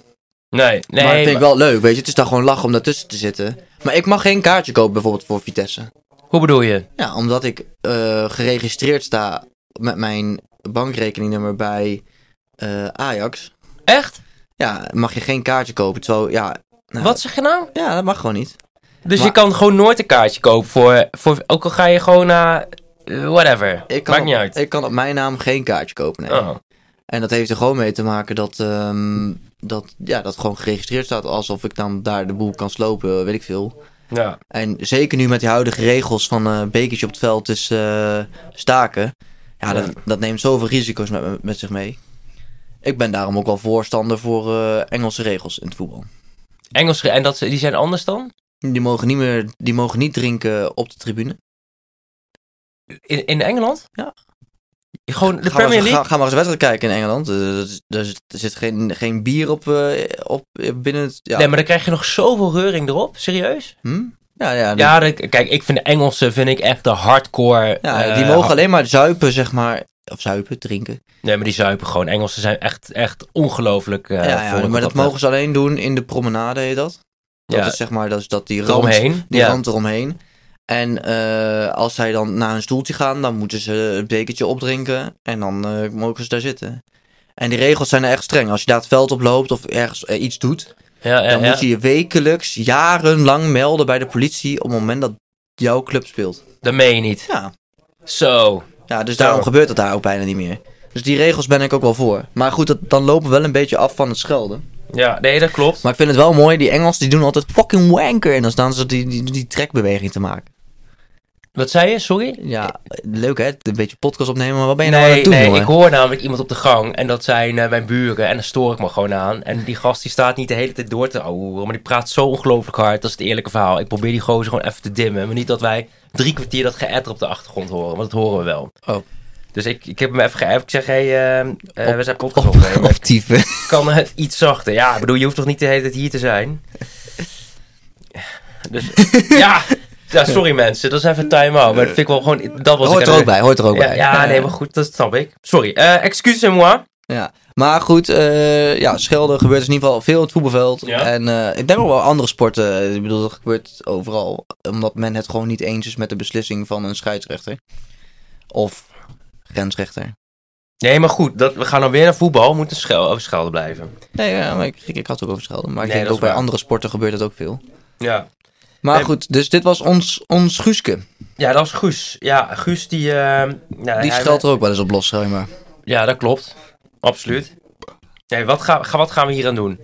nee, nee. maar dat vind ik maar- wel leuk, weet je. Het is dan gewoon lachen om daartussen te zitten. Maar ik mag geen kaartje kopen bijvoorbeeld voor Vitesse. Hoe bedoel je? Ja, omdat ik eh, geregistreerd sta met mijn bankrekeningnummer bij eh, Ajax. Echt? Ja, mag je geen kaartje kopen. Terwijl, ja... nou, Wat zeg je nou? Ja, dat mag gewoon niet. Dus Maar- je kan gewoon nooit een kaartje kopen voor, voor ook al ga je gewoon naar eh, whatever. Ik kan Maakt op, niet uit. Ik kan op mijn naam geen kaartje kopen, nee. Oh. En dat heeft er gewoon mee te maken dat, ehm, dat, ja, dat gewoon geregistreerd staat. Alsof ik dan daar de boel kan slopen, weet ik veel. Ja. En zeker nu met die huidige regels van eh bekertje op het veld is eh, staken. Ja, Ja. Dat, dat neemt zoveel risico's met, met zich mee. Ik ben daarom ook wel voorstander voor eh, Engelse regels in het voetbal. Engels ge- en dat, ze- die zijn anders dan? Die mogen niet, meer, die mogen niet drinken op de tribune. In, in Engeland? Ja. Gewoon de ga, maar Premier eens, ga, League? ga maar eens een wedstrijd kijken in Engeland. Eh, Er, zit- er zit- er zit geen, geen bier op, eh, op eh, binnen het... Ja, Nee, maar dan krijg je nog zoveel reuring erop. Serieus? Hm? ja, ja, die, Ja, dat- kijk, ik vind de Engelsen vind ik echt de hardcore. ja, eh, die mogen alleen maar zuipen, zeg maar. Of zuipen, drinken. Nee, maar die zuipen gewoon. Engelsen zijn echt, echt ongelooflijk. eh, ja, ja voor maar dat betreft. mogen ze alleen doen in de promenade, heet dat? Dat Ja. is zeg maar dat, is dat die rand, Eromheen. die ja. rand eromheen. En eh, als zij dan naar een stoeltje gaan, dan moeten ze het bekertje opdrinken. En dan eh, mogen ze daar zitten. En die regels zijn echt streng. Als je daar het veld op loopt of ergens eh, iets doet, Ja, ja, dan ja. moet je je wekelijks jarenlang melden bij de politie op het moment dat jouw club speelt. Dat meen je niet. Ja, Zo. ja dus daarom Zo. gebeurt dat daar ook bijna niet meer. Dus die regels ben ik ook wel voor. Maar goed, dat, dan lopen we wel een beetje af van het schelden. Ja, nee, dat klopt. Maar ik vind het wel mooi, die Engelsen die doen altijd fucking wanker. En dan staan ze die, die, die trekbeweging te maken. Wat zei je? Sorry? Ja, leuk hè, een beetje podcast opnemen, maar wat ben je nou aan Eh, Nee, het doen nee, hoor? ik hoor namelijk iemand op de gang en dat zijn eh, mijn buren en daar stoor ik me gewoon aan. En die gast die staat niet de hele tijd door te ouwen, maar die praat zo ongelooflijk hard, dat is het eerlijke verhaal. Ik probeer die gozer gewoon even te dimmen, maar niet dat wij drie kwartier dat geëtter op de achtergrond horen, want dat horen we wel. Oh. Dus ik, ik heb hem even geappt, ik zeg, hé, hey, eh, eh, we zijn podcast Op, <laughs> opnemen. optieven. Kan het iets zachter? Ja, ik bedoel, je hoeft toch niet de hele tijd hier te zijn? Dus, <laughs> ja... Ja, sorry mensen, dat is even time-out. Maar dat vind ik wel gewoon... Dat was ik Hoort er even- ook bij, hoort er ook ja, bij. ja, nee, maar goed, dat snap ik. Sorry, Eh excusez-moi. Ja. Maar goed, eh, ja, schelden gebeurt dus in ieder geval veel op het voetbalveld. Ja. En eh, ik denk ook wel andere sporten. Ik bedoel, dat gebeurt overal. Omdat men het gewoon niet eens is met de beslissing van een scheidsrechter. Of grensrechter. Nee, maar goed, dat, we gaan dan weer naar voetbal. We moeten schel, over schelden blijven. Nee, ja, maar ik, ik had het ook over schelden. Maar ik Nee, denk dat ook is bij waar. andere sporten gebeurt dat ook veel. Ja. Maar Nee. goed, dus dit was ons, ons Guuske. Ja, dat is Guus. Ja, Guus die... eh, nou, Die hij- scheldt er ook wel eens op los, zeg maar. Ja, dat klopt. Absoluut. Nee, wat, ga, ga- wat gaan we hier aan doen?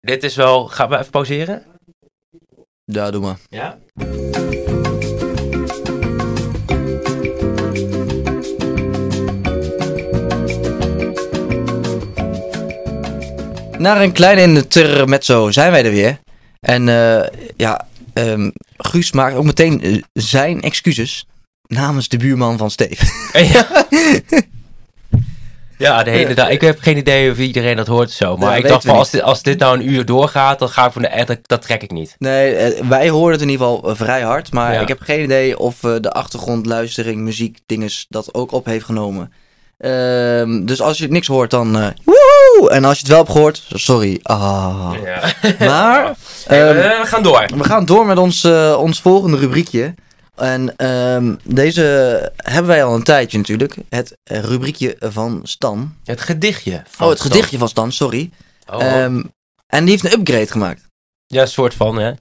Dit is wel... Gaan we even pauzeren? Ja, doe maar. Ja. Na een kleine intermezzo zijn wij er weer. En eh, ja, ehm, Guus maakt ook meteen eh, zijn excuses namens de buurman van Steve. <laughs> ja. Ja, nee, inderdaad. Ik heb geen idee of iedereen dat hoort zo. Maar dat ik weten dacht we van, niet. als dit, als dit nou een uur doorgaat, dan ga ik van de... eh, Dat, dat trek ik niet. <laughs> Nee, eh, wij horen het in ieder geval eh, vrij hard. Maar Ja. ik heb geen idee of eh, de achtergrondluistering, muziek, dinges dat ook op heeft genomen. Ehm, dus als je niks hoort, dan eh, woehoe! En als je het wel hebt gehoord, sorry. Ah. <laughs> Ja. eh, Maar... ehm, we gaan door. We gaan door met ons, eh, ons volgende rubriekje. En ehm, deze hebben wij al een tijdje natuurlijk. Het eh, rubriekje van Stan. Het gedichtje. van oh, het Stan. gedichtje van Stan, sorry. Oh, oh. Ehm, en die heeft een upgrade gemaakt. ja, soort van, hè?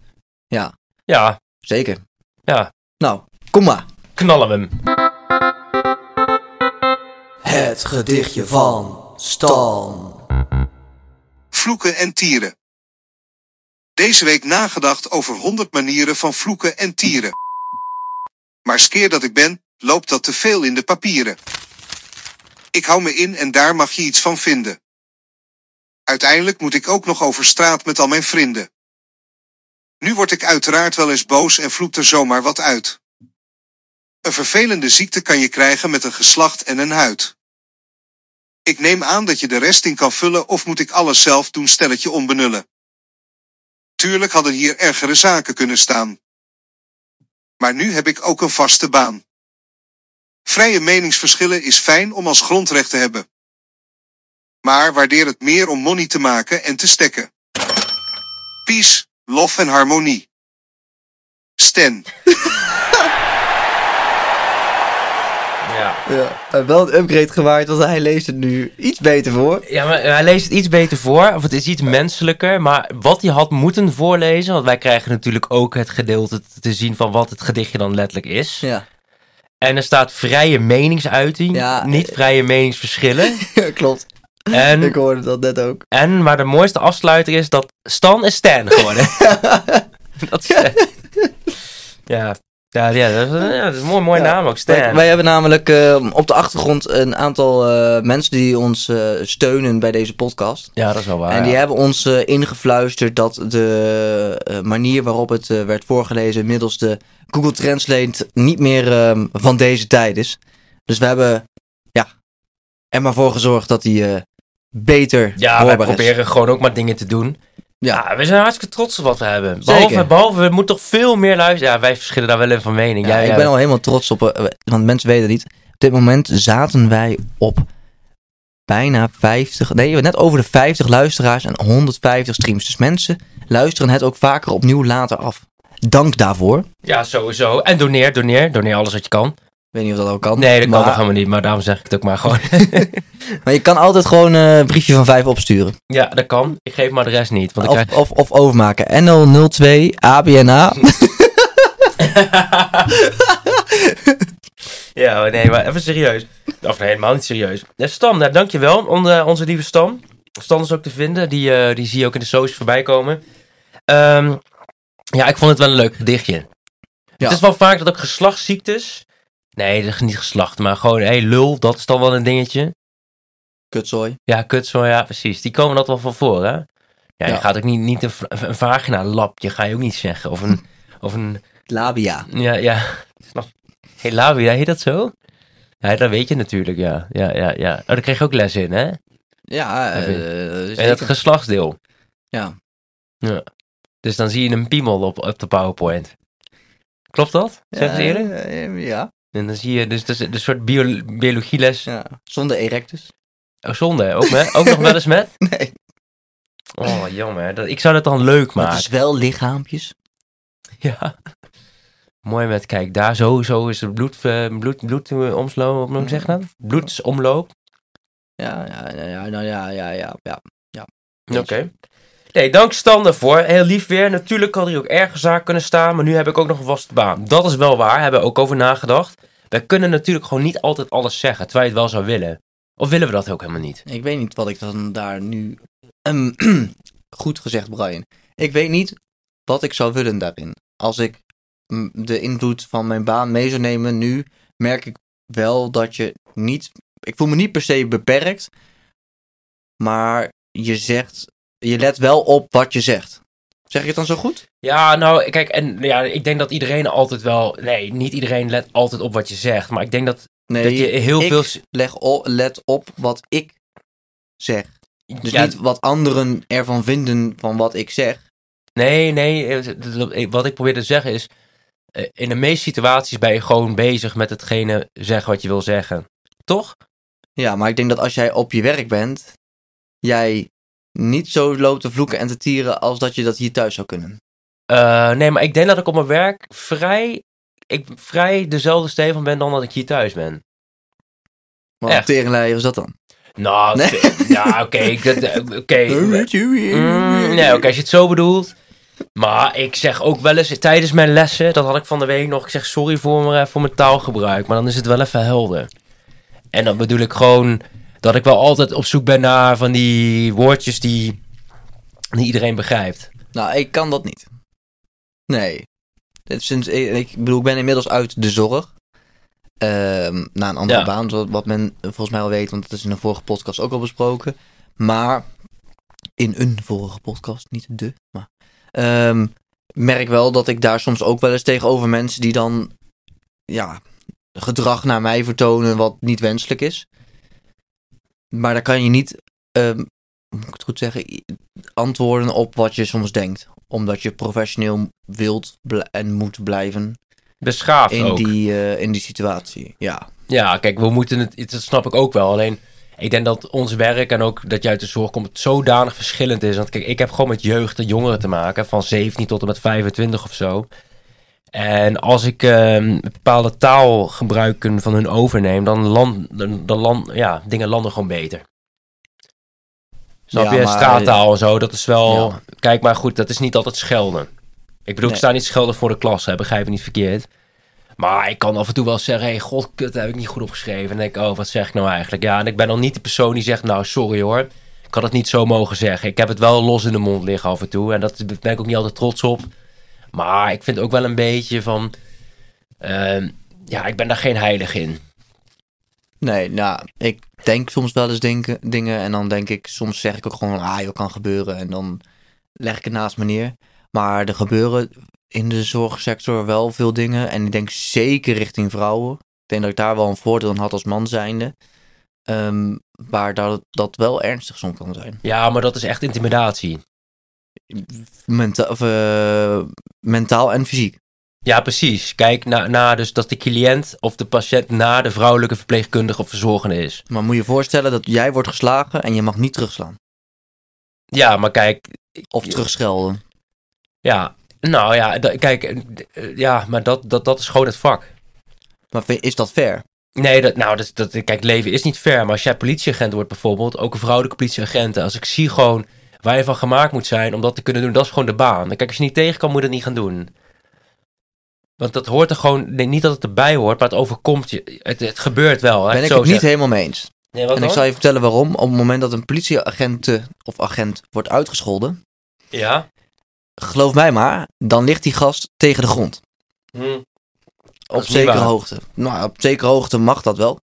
Ja. Ja, Zeker. ja. Nou, kom maar. Knallen we hem. Het gedichtje van Stan. Vloeken en tieren. Deze week nagedacht over 100 manieren van vloeken en tieren. Maar skeer dat ik ben, loopt dat te veel in de papieren. Ik hou me in en daar mag je iets van vinden. Uiteindelijk moet ik ook nog over straat met al mijn vrienden. Nu word ik uiteraard wel eens boos en vloekt er zomaar wat uit. Een vervelende ziekte kan je krijgen met een geslacht en een huid. Ik neem aan dat je de rest in kan vullen of moet ik alles zelf doen stelletje onbenullen. Tuurlijk hadden hier ergere zaken kunnen staan. Maar nu heb ik ook een vaste baan. Vrije meningsverschillen is fijn om als grondrecht te hebben. Maar waardeer het meer om money te maken en te stekken. Peace, lof en harmonie. Sten. Ja. Ja, eh, wel een upgrade gemaakt, want hij leest het nu iets beter voor. ja, maar eh, hij leest het iets beter voor. Of het is iets menselijker. Maar wat hij had moeten voorlezen. Want wij krijgen natuurlijk ook het gedeelte te zien van wat het gedichtje dan letterlijk is. Ja, <laughs> En er staat vrije meningsuiting. Ja. Niet vrije <laughs> meningsverschillen. klopt. Ik en, hoorde dat net ook. en, maar de mooiste afsluiter is dat Stan is Stan <laughs> geworden. dat is, ja. Ja, ja, dat is, ja, dat is een mooi, mooie Ja. naam ook. Wij, Stan. wij hebben namelijk eh, op de achtergrond een aantal eh, mensen die ons eh, steunen bij deze podcast. Ja, dat is wel waar. en die Ah, ja. hebben ons eh, ingefluisterd dat de eh, manier waarop het eh, werd voorgelezen middels de Google Translate niet meer ehm, van deze tijd is. Dus we hebben ja, er maar voor gezorgd dat die eh, beter Ja, wij hoorbaar is. proberen gewoon ook maar dingen te doen. Ja. Ja, we zijn hartstikke trots op wat we hebben. Behalve, Zeker. behalve we moeten toch veel meer luisteren. Ja, wij verschillen daar wel in van mening. Ja, Jij, ik eh, ben al helemaal trots op, eh, want mensen weten het niet. Op dit moment zaten wij op bijna 50, nee, net over de 50 luisteraars en 150 streams. Dus mensen luisteren het ook vaker opnieuw later af. Dank daarvoor. Ik ja, sowieso. En doneer, doneer. Doneer alles wat je kan. weet niet of dat ook kan. Nee, dat maar, kan toch helemaal niet. Maar daarom zeg ik het ook maar gewoon. <laughs> Maar je kan altijd gewoon eh, een briefje van 5 opsturen. ja, dat kan. Ik geef maar de rest niet. Want ik Of, of, of overmaken. NL02 ABNA. krijg... Ja, oh, nee, maar even serieus. Of nee, helemaal niet serieus. Ja, Stan, nou, dankjewel. On, eh, onze lieve Stan. Stan is ook te vinden. Die, eh, die zie je ook in de socials voorbij komen. Ehm, ja, ik vond het wel een leuk gedichtje. Ja. Het is wel vaak dat ook geslachtsziektes. Nee, dat is niet geslacht, maar gewoon, hé, hey, lul, dat is dan wel een dingetje. <laughs> Kutzooi. Ja, kut zo, ja, precies. Die komen dat wel van voor, hè? Ja, Ja. je gaat ook niet, niet een, v- een vagina-lapje, ga je ook niet zeggen. <laughs> Of een, of een Labia. ja, ja. Snap. Hé, labia, heet dat zo? Ja, dat weet je natuurlijk, ja. Ja, ja, ja. Oh, daar kreeg je ook les in, hè? Ja, eh, Even- zeker. En dat geslachtsdeel. Ja. Ja. Dus dan zie je een piemel op, op de PowerPoint. Klopt dat? Zeg eens Ja, eerlijk? eh, Ja, dus En dan zie je dus, dus een soort bio, biologieles ja. Zonder erectus. Oh, zonde. Ook, met, ook nog wel eens met? <laughs> Nee. Oh, jammer. Dat, ik zou dat dan leuk Maar het maken. <laughs> is wel lichaampjes. Ja. Mooi met, kijk, daar sowieso is het bloed, eh, bloed, bloed, eh, omslo- hoe zeg je dat? Bloedsomloop. Ja, ja, ja, ja, nou ja, ja, ja, ja. Oké. Nee, dank Stan daarvoor. Heel lief weer. Natuurlijk had hij ook ergens aan kunnen staan, maar nu heb ik ook nog een vaste baan. Dat is wel waar, hebben we ook over nagedacht. Wij kunnen natuurlijk gewoon niet altijd alles zeggen, terwijl je het wel zou willen. Of willen we dat ook helemaal niet? Ik weet niet wat ik dan daar nu... Ehm, <clears throat> goed gezegd, Brian. Ik weet niet wat ik zou willen daarin. Als ik mm, de invloed van mijn baan mee zou nemen nu, merk ik wel dat je niet... Ik voel me niet per se beperkt, maar je zegt... Je let wel op wat je zegt. Zeg ik het dan zo goed? Ja, nou, kijk, en ja, ik denk dat iedereen altijd wel... Nee, niet iedereen let altijd op wat je zegt, maar ik denk dat, Nee, dat je heel ik dus veel... Leg op, let op wat ik zeg. Dus ja, niet wat anderen ervan vinden van wat ik zeg. Nee, nee. eh, Wat ik probeer te zeggen is. eh, In de meeste situaties ben je gewoon bezig met hetgene zeggen wat je wil zeggen. Toch? Ja, maar ik denk dat als jij op je werk bent, jij niet zo loopt te vloeken en te tieren als dat je dat hier thuis zou kunnen. Eh, nee, maar ik denk dat ik op mijn werk vrij. Ik vrij dezelfde Stefan ben dan dat ik hier thuis ben. Maar Echt? wat tegenleier is dat dan? Nou, Nee. t- ja, oké. ik- dat- eh, oké. Mm, nee, oké, als je het zo bedoelt. Maar ik zeg ook wel eens tijdens mijn lessen, dat had ik van de week nog, ik zeg sorry voor, mijn- eh, voor mijn taalgebruik, maar dan is het wel even helder. En dan bedoel ik gewoon dat ik wel altijd op zoek ben naar van die woordjes die, die iedereen begrijpt. Nou, ik kan dat niet. Nee. Dit is Sinds, ik, ik bedoel, ik ben inmiddels uit de zorg. Ehm naar een andere Ja. baan, zoals wat men volgens mij al weet, want dat is in een vorige podcast ook al besproken. Maar in een vorige podcast, niet de, maar. ehm, merk wel dat ik daar soms ook wel eens tegenover mensen die dan, ja, gedrag naar mij vertonen wat niet wenselijk is. Maar daar kan je niet, ehm, hoe moet ik het goed zeggen, i- antwoorden op wat je soms denkt. Omdat je professioneel wilt bl- en moet blijven Beschaafd in ook. die, eh, in die situatie. Ja. Ja, kijk, we moeten het, dat snap ik ook wel. Alleen, ik denk dat ons werk en ook dat je uit de zorg komt, het zodanig verschillend is. Want kijk, ik heb gewoon met jeugd en jongeren te maken, van 17 tot en met 25 of zo. En als ik ehm, bepaalde taalgebruiken van hun overneem, dan land, dan, dan land, ja, dingen landen gewoon beter. Snap Ja, je? maar- Straattaal en zo, dat is wel... Ja. Kijk, maar goed, dat is niet altijd schelden. Ik bedoel, Nee. ik sta niet schelden voor de klas, hè, begrijp me niet verkeerd. Maar ik kan af en toe wel zeggen, hey, god, kut, daar heb ik niet goed opgeschreven. En dan denk ik, oh, wat zeg ik nou eigenlijk? Ja, en ik ben dan niet de persoon die zegt, nou, sorry hoor. Ik had het niet zo mogen zeggen. Ik heb het wel los in de mond liggen af en toe. En dat daar ben ik ook niet altijd trots op. Maar ik vind ook wel een beetje van... ehm, ja, ik ben daar geen heilig in. Nee, nou, ik denk soms wel eens denken, dingen en dan denk ik, soms zeg ik ook gewoon, ah joh, kan gebeuren en dan leg ik het naast me neer. Maar er gebeuren in de zorgsector wel veel dingen en ik denk zeker richting vrouwen. Ik denk dat ik daar wel een voordeel aan had als man zijnde. Ehm, waar dat, dat wel ernstig soms kan zijn. Ja, maar dat is echt intimidatie. Menta- of, eh, mentaal en fysiek. Ja, precies. Kijk, na, na dus dat de cliënt of de patiënt na de vrouwelijke verpleegkundige of verzorgende is. Maar moet je je voorstellen dat jij wordt geslagen en je mag niet terugslaan. Ja, maar kijk, Of terugschelden. ja, nou ja, da- kijk, eh, d- eh, ja, maar dat, dat, dat is gewoon het vak. Maar vind- is dat fair? Nee, dat, nou, dat, dat, kijk, leven is niet fair, maar als jij politieagent wordt bijvoorbeeld, ook een vrouwelijke politieagent, als ik zie gewoon waar je van gemaakt moet zijn om dat te kunnen doen, dat is gewoon de baan. Kijk, als je niet tegen kan, moet je dat niet gaan doen. Want dat hoort er gewoon, nee, niet dat het erbij hoort, maar het overkomt je. Het, het gebeurt wel. Ben ik zo het niet zeggen. helemaal mee eens. Nee, wat en ik dan? zal je vertellen waarom. Op het moment dat een politieagent eh, of agent wordt uitgescholden, Ja. geloof mij maar, dan ligt die gast tegen de grond. Hm. Dat Op is niet zekere waar. hoogte. Nou, op zekere hoogte mag dat wel.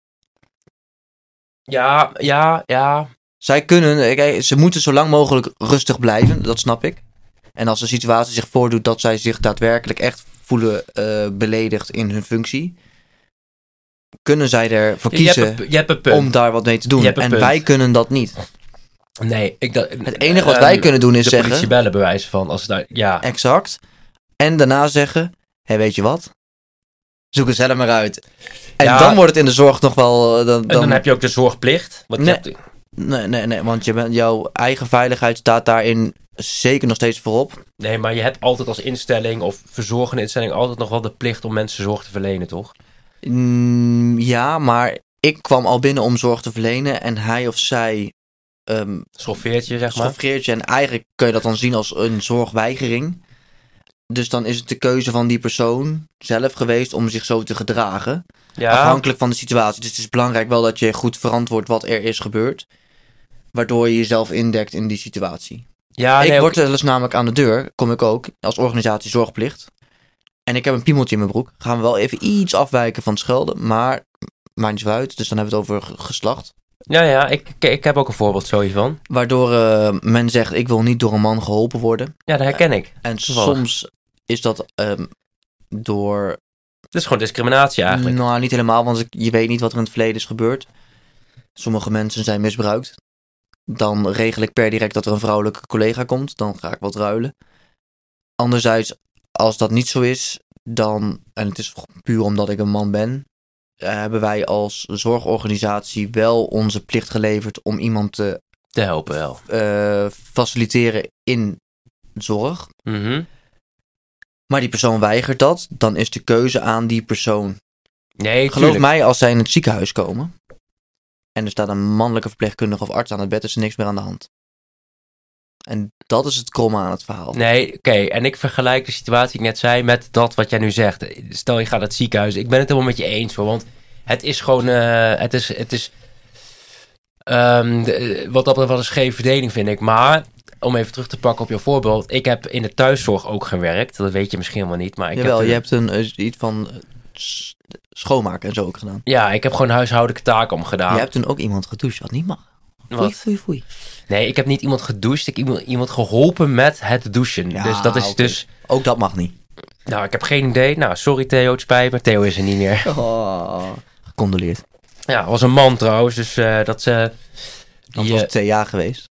Ja, ja, ja. Zij kunnen, eh, kijk, ze moeten zo lang mogelijk rustig blijven, dat snap ik. En als de situatie zich voordoet dat zij zich daadwerkelijk echt voelen eh, beledigd in hun functie, kunnen zij ervoor Je kiezen hebt een, je hebt een punt. om daar wat mee te doen. Je hebt een En punt. wij kunnen dat niet. Nee, ik, dat, Het enige wat wij kunnen doen is Eh, de zeggen, politie bellen bewijzen van als het daar, ja. exact, en daarna zeggen, hé weet je wat, zoek het zelf maar uit. En Ja. dan wordt het in de zorg nog wel, eh, dan, En dan- dan heb je ook de zorgplicht. Want je Nee. hebt- Nee, nee, nee, want je bent, jouw eigen veiligheid staat daarin zeker nog steeds voorop. Nee, maar je hebt altijd als instelling of verzorgende instelling altijd nog wel de plicht om mensen zorg te verlenen, toch? Mm, ja, maar ik kwam al binnen om zorg te verlenen en hij of zij ehm Schoffeert je, zeg maar. schoffeert je. En eigenlijk kun je dat dan zien als een zorgweigering. Dus dan is het de keuze van die persoon zelf geweest om zich zo te gedragen. Ja, Afhankelijk van de situatie. Dus het is belangrijk wel dat je goed verantwoordt wat er is gebeurd. Waardoor je jezelf indekt in die situatie. ja Ah, nee, ik ook- word wel eens namelijk aan de deur, kom ik ook, als organisatie zorgplicht. En ik heb een piemeltje in mijn broek. Gaan we wel even iets afwijken van schelden, maar maakt niet zo uit. Dus dan hebben we het over ge- geslacht. ja, ja ik, ik, ik heb ook een voorbeeld zo hiervan. Waardoor eh, men zegt, ik wil niet door een man geholpen worden. Ja, dat herken ik. En Toevallig. soms is dat ehm, door... Het is gewoon discriminatie eigenlijk. Nou, niet helemaal, want ik- je weet niet wat er in het verleden is gebeurd. Sommige mensen zijn misbruikt. Dan regel ik per direct dat er een vrouwelijke collega komt. Dan ga ik wat ruilen. Anderzijds, als dat niet zo is, dan... En het is puur omdat ik een man ben... eh, Hebben wij als zorgorganisatie wel onze plicht geleverd om iemand te Te helpen wel. eh, faciliteren in zorg? Mhm. Maar die persoon weigert dat, dan is de keuze aan die persoon. Nee, Geloof geloof mij. mij, als zij in het ziekenhuis komen en er staat een mannelijke verpleegkundige of arts aan het bed, is er niks meer aan de hand. En dat is het kromme aan het verhaal. Nee, oké. En ik vergelijk de situatie die ik net zei met dat wat jij nu zegt. Stel, je gaat naar het ziekenhuis. Ik ben het helemaal met je eens hoor. Want het is gewoon. eh, het is. Het is ehm, de- eh, wat dat betreft wel een scheve verdeling, vind ik. Maar om even terug te pakken op je voorbeeld. Ik heb in de thuiszorg ook gewerkt. Dat weet je misschien wel niet. Maar ik Jawel, heb, je hebt een, eh, iets van eh, s- schoonmaken en zo ook gedaan. Ja, ik heb gewoon huishoudelijke taken omgedaan. Je hebt toen ook iemand gedoucht, wat niet mag. Foei, Ah. Wat? foei, foei. Nee, ik heb niet iemand gedoucht. Ik heb iemand, iemand geholpen met het douchen. Ja, dus dat is oké. dus. Ook dat mag niet. Nou, ik heb geen idee. Nou, sorry Theo, het spijt me. Theo is er niet meer. Oh. Gecondoleerd. Ja, was een man trouwens, dus eh, dat ze... Dan die, was eh, het twee jaar geweest.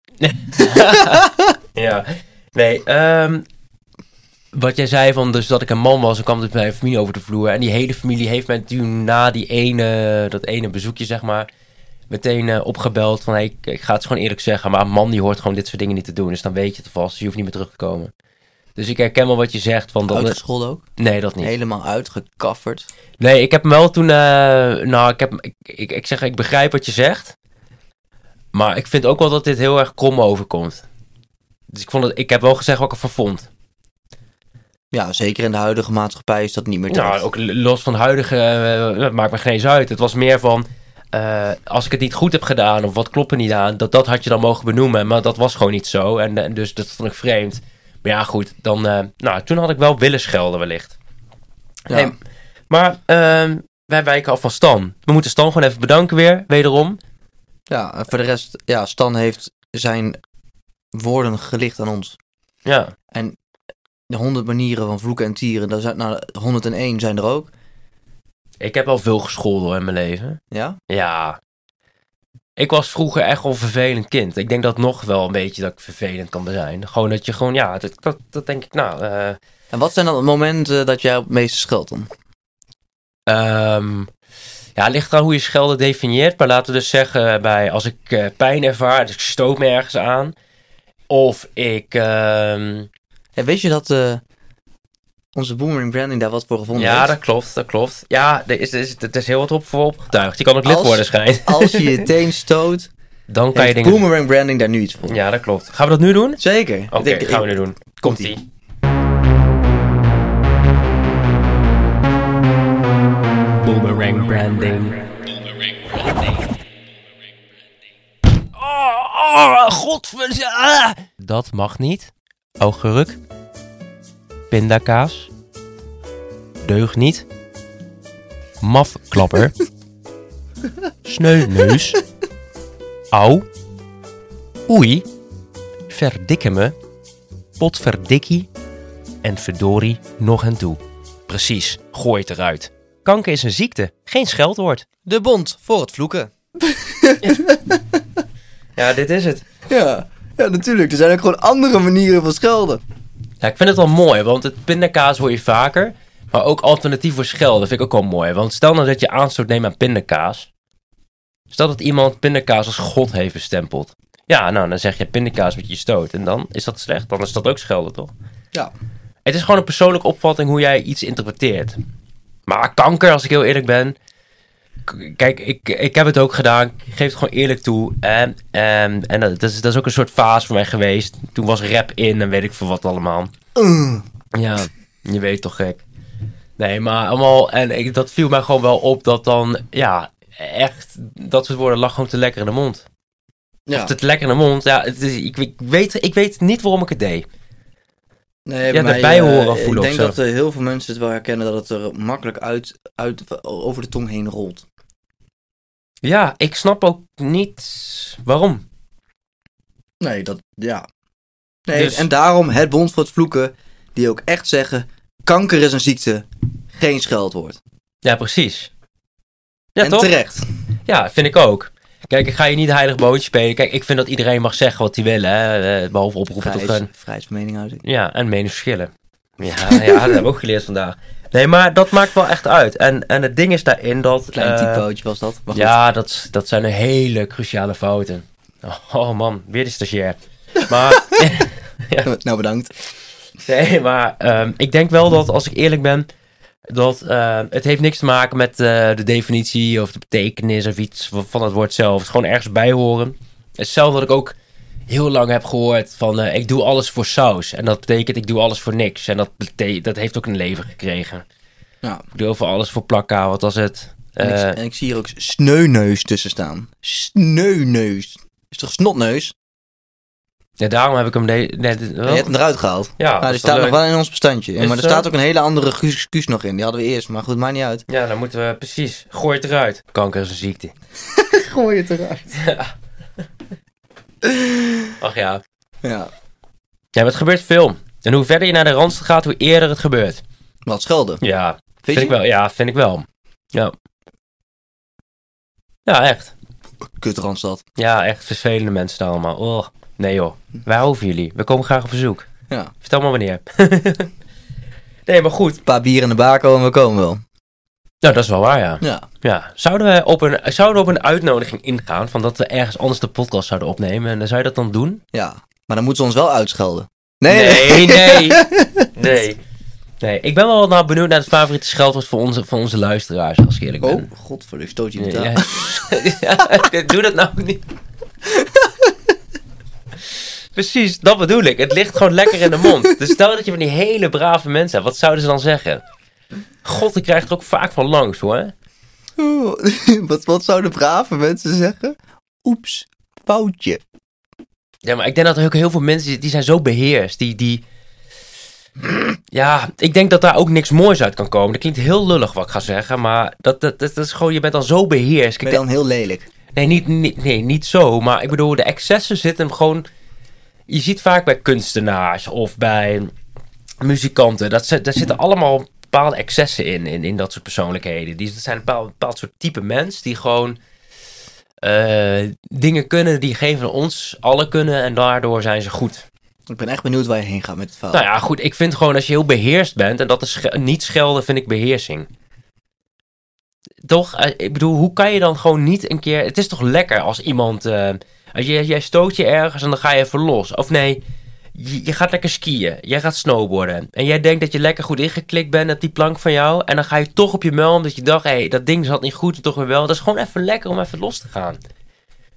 ja, nee, ehm, wat jij zei van dus dat ik een man was, dan kwam het bij mijn familie over de vloer. En die hele familie heeft mij toen na die ene, dat ene bezoekje, zeg maar, meteen eh, opgebeld van... Hey, ik, ik ga het gewoon eerlijk zeggen, maar een man die hoort gewoon dit soort dingen niet te doen. Dus dan weet je het vast, dus je hoeft niet meer terug te komen. Dus ik herken wel wat je zegt, van dat... Uitgescholden ook. Nee, dat niet. Helemaal uitgekafferd. Nee, ik heb hem wel toen. eh, nou, ik, heb, ik, ik, ik zeg, ik begrijp wat je zegt. Maar ik vind ook wel dat dit heel erg krom overkomt. Dus ik, vond het, ik heb wel gezegd wat ik ervan vond. Ja, zeker in de huidige maatschappij is dat niet meer terecht. Nou, ook los van huidige. eh, dat maakt me geen eens uit. Het was meer van. eh, als ik het niet goed heb gedaan of wat klopt er niet aan, dat, dat had je dan mogen benoemen. Maar dat was gewoon niet zo. En, eh, dus dat vond ik vreemd. Maar ja, goed. Dan, eh, nou, toen had ik wel willen schelden, wellicht. Ja. Nee, maar ehm, wij wijken af van Stan. We moeten Stan gewoon even bedanken weer, wederom. Ja, en voor de rest, ja, Stan heeft zijn woorden gelicht aan ons. Ja. De honderd manieren van vloeken en tieren, daar zijn, nou, 101 zijn er ook. Ik heb al veel gescholden hoor, in mijn leven. Ja? Ja. Ik was vroeger echt wel een vervelend kind. Ik denk dat nog wel een beetje dat ik vervelend kan zijn. Gewoon dat je gewoon, ja, dat, dat, dat denk ik, nou, eh, En wat zijn dan de momenten dat jij het meeste scheldt dan? Ehm, ja, het ligt eraan hoe je schelden definieert. Maar laten we dus zeggen, bij, als ik eh, pijn ervaar, dus ik stoot me ergens aan. Of ik, ehm, En weet je dat eh, onze Boomerang Branding daar wat voor gevonden ja, heeft? dat klopt, dat klopt. Ja, er is, er is, er is heel wat op voor opgetuigd. Je kan ook lid Als- worden, schijnt. Als je <laughs> je teen stoot, Dan kan je heeft dingen... Boomerang Branding daar nu iets voor. Ja, dat klopt. Gaan we dat nu doen? Zeker. Oké, Ik denk- gaan we nu doen. Komt-ie. Komt-ie. Boomerang branding. Oh, oh, godver... ah. Dat mag niet. Augurk. Pindakaas. Deug niet. <laughs> Mafklapper. Sneuneus. Au. Oei. Verdikke me potverdikkie en verdorie nog en toe. Precies, gooi het eruit. Kanker is een ziekte, geen scheldwoord. De Bond voor het vloeken. Ja, dit is het. Ja. ja, natuurlijk. Er zijn ook gewoon andere manieren van schelden. Ja, ik vind het wel mooi, want het pindakaas hoor je vaker. Maar ook alternatief voor schelden vind ik ook wel mooi. Want stel nou dat je aanstoot neemt aan pindakaas. Stel dat iemand pindakaas als god heeft bestempeld. Ja, nou, dan zeg je pindakaas met je stoot. En dan is dat slecht. Dan is dat ook schelden, toch? Ja. Het is gewoon een persoonlijke opvatting hoe jij iets interpreteert. Maar kanker, als ik heel eerlijk ben. k- Kijk, ik, ik heb het ook gedaan. Ik geef het gewoon eerlijk toe. En, en, en dat, dat is, dat is ook een soort fase voor mij geweest. Toen was rap in en weet ik veel wat allemaal. Mm. Ja, je weet toch gek. Nee, maar allemaal. En ik, dat viel mij gewoon wel op dat dan. Ja, echt. Dat soort woorden lag gewoon te lekker in de mond. Ja. Of te lekker in de mond. Ja, het is, ik, ik, weet, ik weet niet waarom ik het deed. Nee, Ja, bij mij, daarbij eh, horen voelen Ik of denk zo. dat eh, heel veel mensen het wel herkennen dat het er makkelijk uit, uit, over de tong heen rolt. Ja, ik snap ook niet waarom. Nee, dat, ja. Nee, Dus- En daarom het Bond voor het Vloeken, die ook echt zeggen, kanker is een ziekte, geen scheldwoord. Ja, precies. Ja, en toch? terecht. Ja, vind ik ook. Kijk, ik ga je niet heilig bootje spelen. Kijk, ik vind dat iedereen mag zeggen wat hij wil, hè. eh, Behalve oproepen tot Vrijs, gun. vrijheidsmening uit. Ja, en meningsverschillen. Ja, ja, dat hebben we ook geleerd vandaag. Nee, maar dat maakt wel echt uit. En, en het ding is daarin dat... Klein eh, typootje was dat. Maar goed. Ja, dat, dat zijn een hele cruciale fouten. Oh man, weer de stagiair. Maar... <laughs> Nou, bedankt. Nee, maar ehm, ik denk wel dat, als ik eerlijk ben, dat ehm, het heeft niks te maken met eh, de definitie of de betekenis of iets van- van het woord zelf. Het is gewoon ergens bij horen. Hetzelfde dat ik ook heel lang heb gehoord van eh, ik doe alles voor saus. En dat betekent ik doe alles voor niks. En dat, bete- dat heeft ook een leven gekregen. Ja. Ik doe over alles voor plakka, wat was het? Nou, En, Eh, ik, en ik zie hier ook sneuneus tussen staan. Sneuneus. Is toch snotneus? ja, daarom heb ik hem... De- nee, dit- Je hebt hem eruit gehaald. ja, Ah, dat nou, is die staat wel nog leuk. wel in ons bestandje. Ja, Is maar er zo? staat ook een hele andere gu- excuus nog in. Die hadden we eerst, maar goed, maakt niet uit. Ja, dan moeten we precies. Gooi het eruit. Kanker is een ziekte. <laughs> Gooi het <laughs> eruit. Ach ja. Ja. Ja, maar het gebeurt veel. En hoe verder je naar de randstad gaat, hoe eerder het gebeurt. Wat schelden. Ja, vind, je? ik wel. Ja, vind ik wel. Ja. Ja, echt. Kut Randstad. Ja, echt vervelende mensen daar allemaal. Oh. Nee joh, wij houden van jullie. We komen graag op bezoek. Ja. Vertel maar wanneer. <laughs> nee, maar goed. Een paar bier in de bako en we komen wel. Nou, dat is wel waar, ja. Ja. ja. Zouden, we op een, zouden we op een uitnodiging ingaan van dat we ergens anders de podcast zouden opnemen? En zou je dat dan doen? Ja. Maar dan moeten ze ons wel uitschelden. Nee. Nee, <laughs> nee. Nee. Nee, ik ben wel nou benieuwd naar het favoriete scheldwoord van onze, van onze luisteraars, als ik eerlijk ben. <laughs> Oh, godverdomme, ik stoot je niet Ja, aan. ja. <laughs> Doe dat nou niet. Precies, dat bedoel ik. Het ligt gewoon lekker in de mond. Dus stel dat je van die hele brave mensen hebt, wat zouden ze dan zeggen? God, ik krijg er ook vaak van langs hoor. Oeh, <laughs> wat, wat zouden brave mensen zeggen? Oeps, foutje. Ja, maar ik denk dat er ook heel veel mensen die- die zijn zo beheerst. Die, die... Ja, ik denk dat daar ook niks moois uit kan komen. Dat klinkt heel lullig wat ik ga zeggen, maar dat, dat, dat, dat is gewoon, je bent dan zo beheerst. Ben Kijk, je dan heel lelijk. Nee niet, niet, nee, niet zo. Maar ik bedoel, de excessen zitten hem gewoon. Je ziet vaak bij kunstenaars of bij muzikanten. Dat, ze- daar zitten allemaal bepaalde excessen in, in, in dat soort persoonlijkheden. Die, dat zijn een bepaald, bepaald soort type mens die gewoon eh, dingen kunnen die geen van ons allen kunnen. En daardoor zijn ze goed. Ik ben echt benieuwd waar je heen gaat met het verhaal. Nou ja, goed. Ik vind gewoon als je heel beheerst bent, en dat is sche- niet schelden, vind ik beheersing. Toch? Eh, Ik bedoel, hoe kan je dan gewoon niet een keer. Het is toch lekker als iemand. eh, als jij, jij stoot je ergens en dan ga je even los. Of nee, je, je gaat lekker skiën. Jij gaat snowboarden. En jij denkt dat je lekker goed ingeklikt bent op die plank van jou. En dan ga je toch op je muil omdat je dacht, hé, dat ding zat niet goed en toch weer wel. Dat is gewoon even lekker om even los te gaan.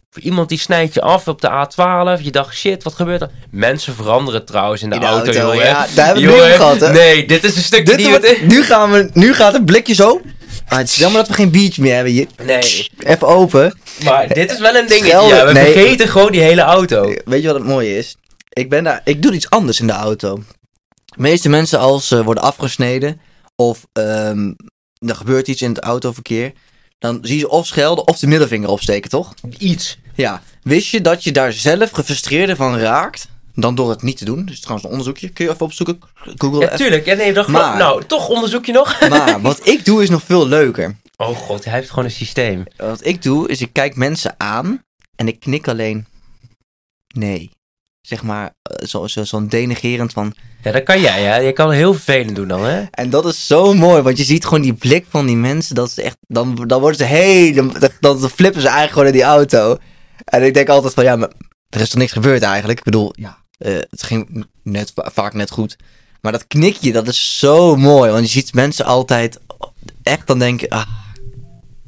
Voor iemand die snijdt je af op de A12. Je dacht, shit, wat gebeurt er? Mensen veranderen trouwens in de, In de auto, auto, jongen. ja, daar hebben we het nu Jongen, over gehad, hè? Nee, dit is een stuk Dit die wordt- het- nu, gaan we, nu gaat het blikje zo. Ah, het is jammer dat we geen biertje meer hebben hier. Nee, Even open. maar dit is wel een ding. Schelden, Ja, we nee. vergeten gewoon die hele auto. Weet je wat het mooie is? Ik, ben daar, ik doe iets anders in de auto. De meeste mensen als ze worden afgesneden of ehm, er gebeurt iets in het autoverkeer, dan zien ze of schelden of de middelvinger opsteken, toch? Iets. Ja. Wist je dat je daar zelf gefrustreerder van raakt dan door het niet te doen? Dus trouwens een onderzoekje. Kun je even opzoeken? Google Ja, even. tuurlijk. Ja, nee, dat geloof- Maar- Nou, toch onderzoek je nog. Maar wat ik doe is nog veel leuker. Oh god, hij heeft gewoon een systeem. Wat ik doe is ik kijk mensen aan en ik knik alleen. Nee. zeg maar, eh, zo, zo, zo'n denigerend van... Ja, dat kan jij, hè? Je kan heel vervelend doen dan, hè? En dat is zo mooi, want je ziet gewoon die blik van die mensen. Dat is echt, dan, dan worden ze helemaal, dan flippen ze eigenlijk gewoon in die auto. En ik denk altijd van, ja, maar er is toch niks gebeurd eigenlijk? Ik bedoel, ja, eh, het ging net, va- vaak net goed. Maar dat knikje, dat is zo mooi. Want je ziet mensen altijd echt dan denken, ah,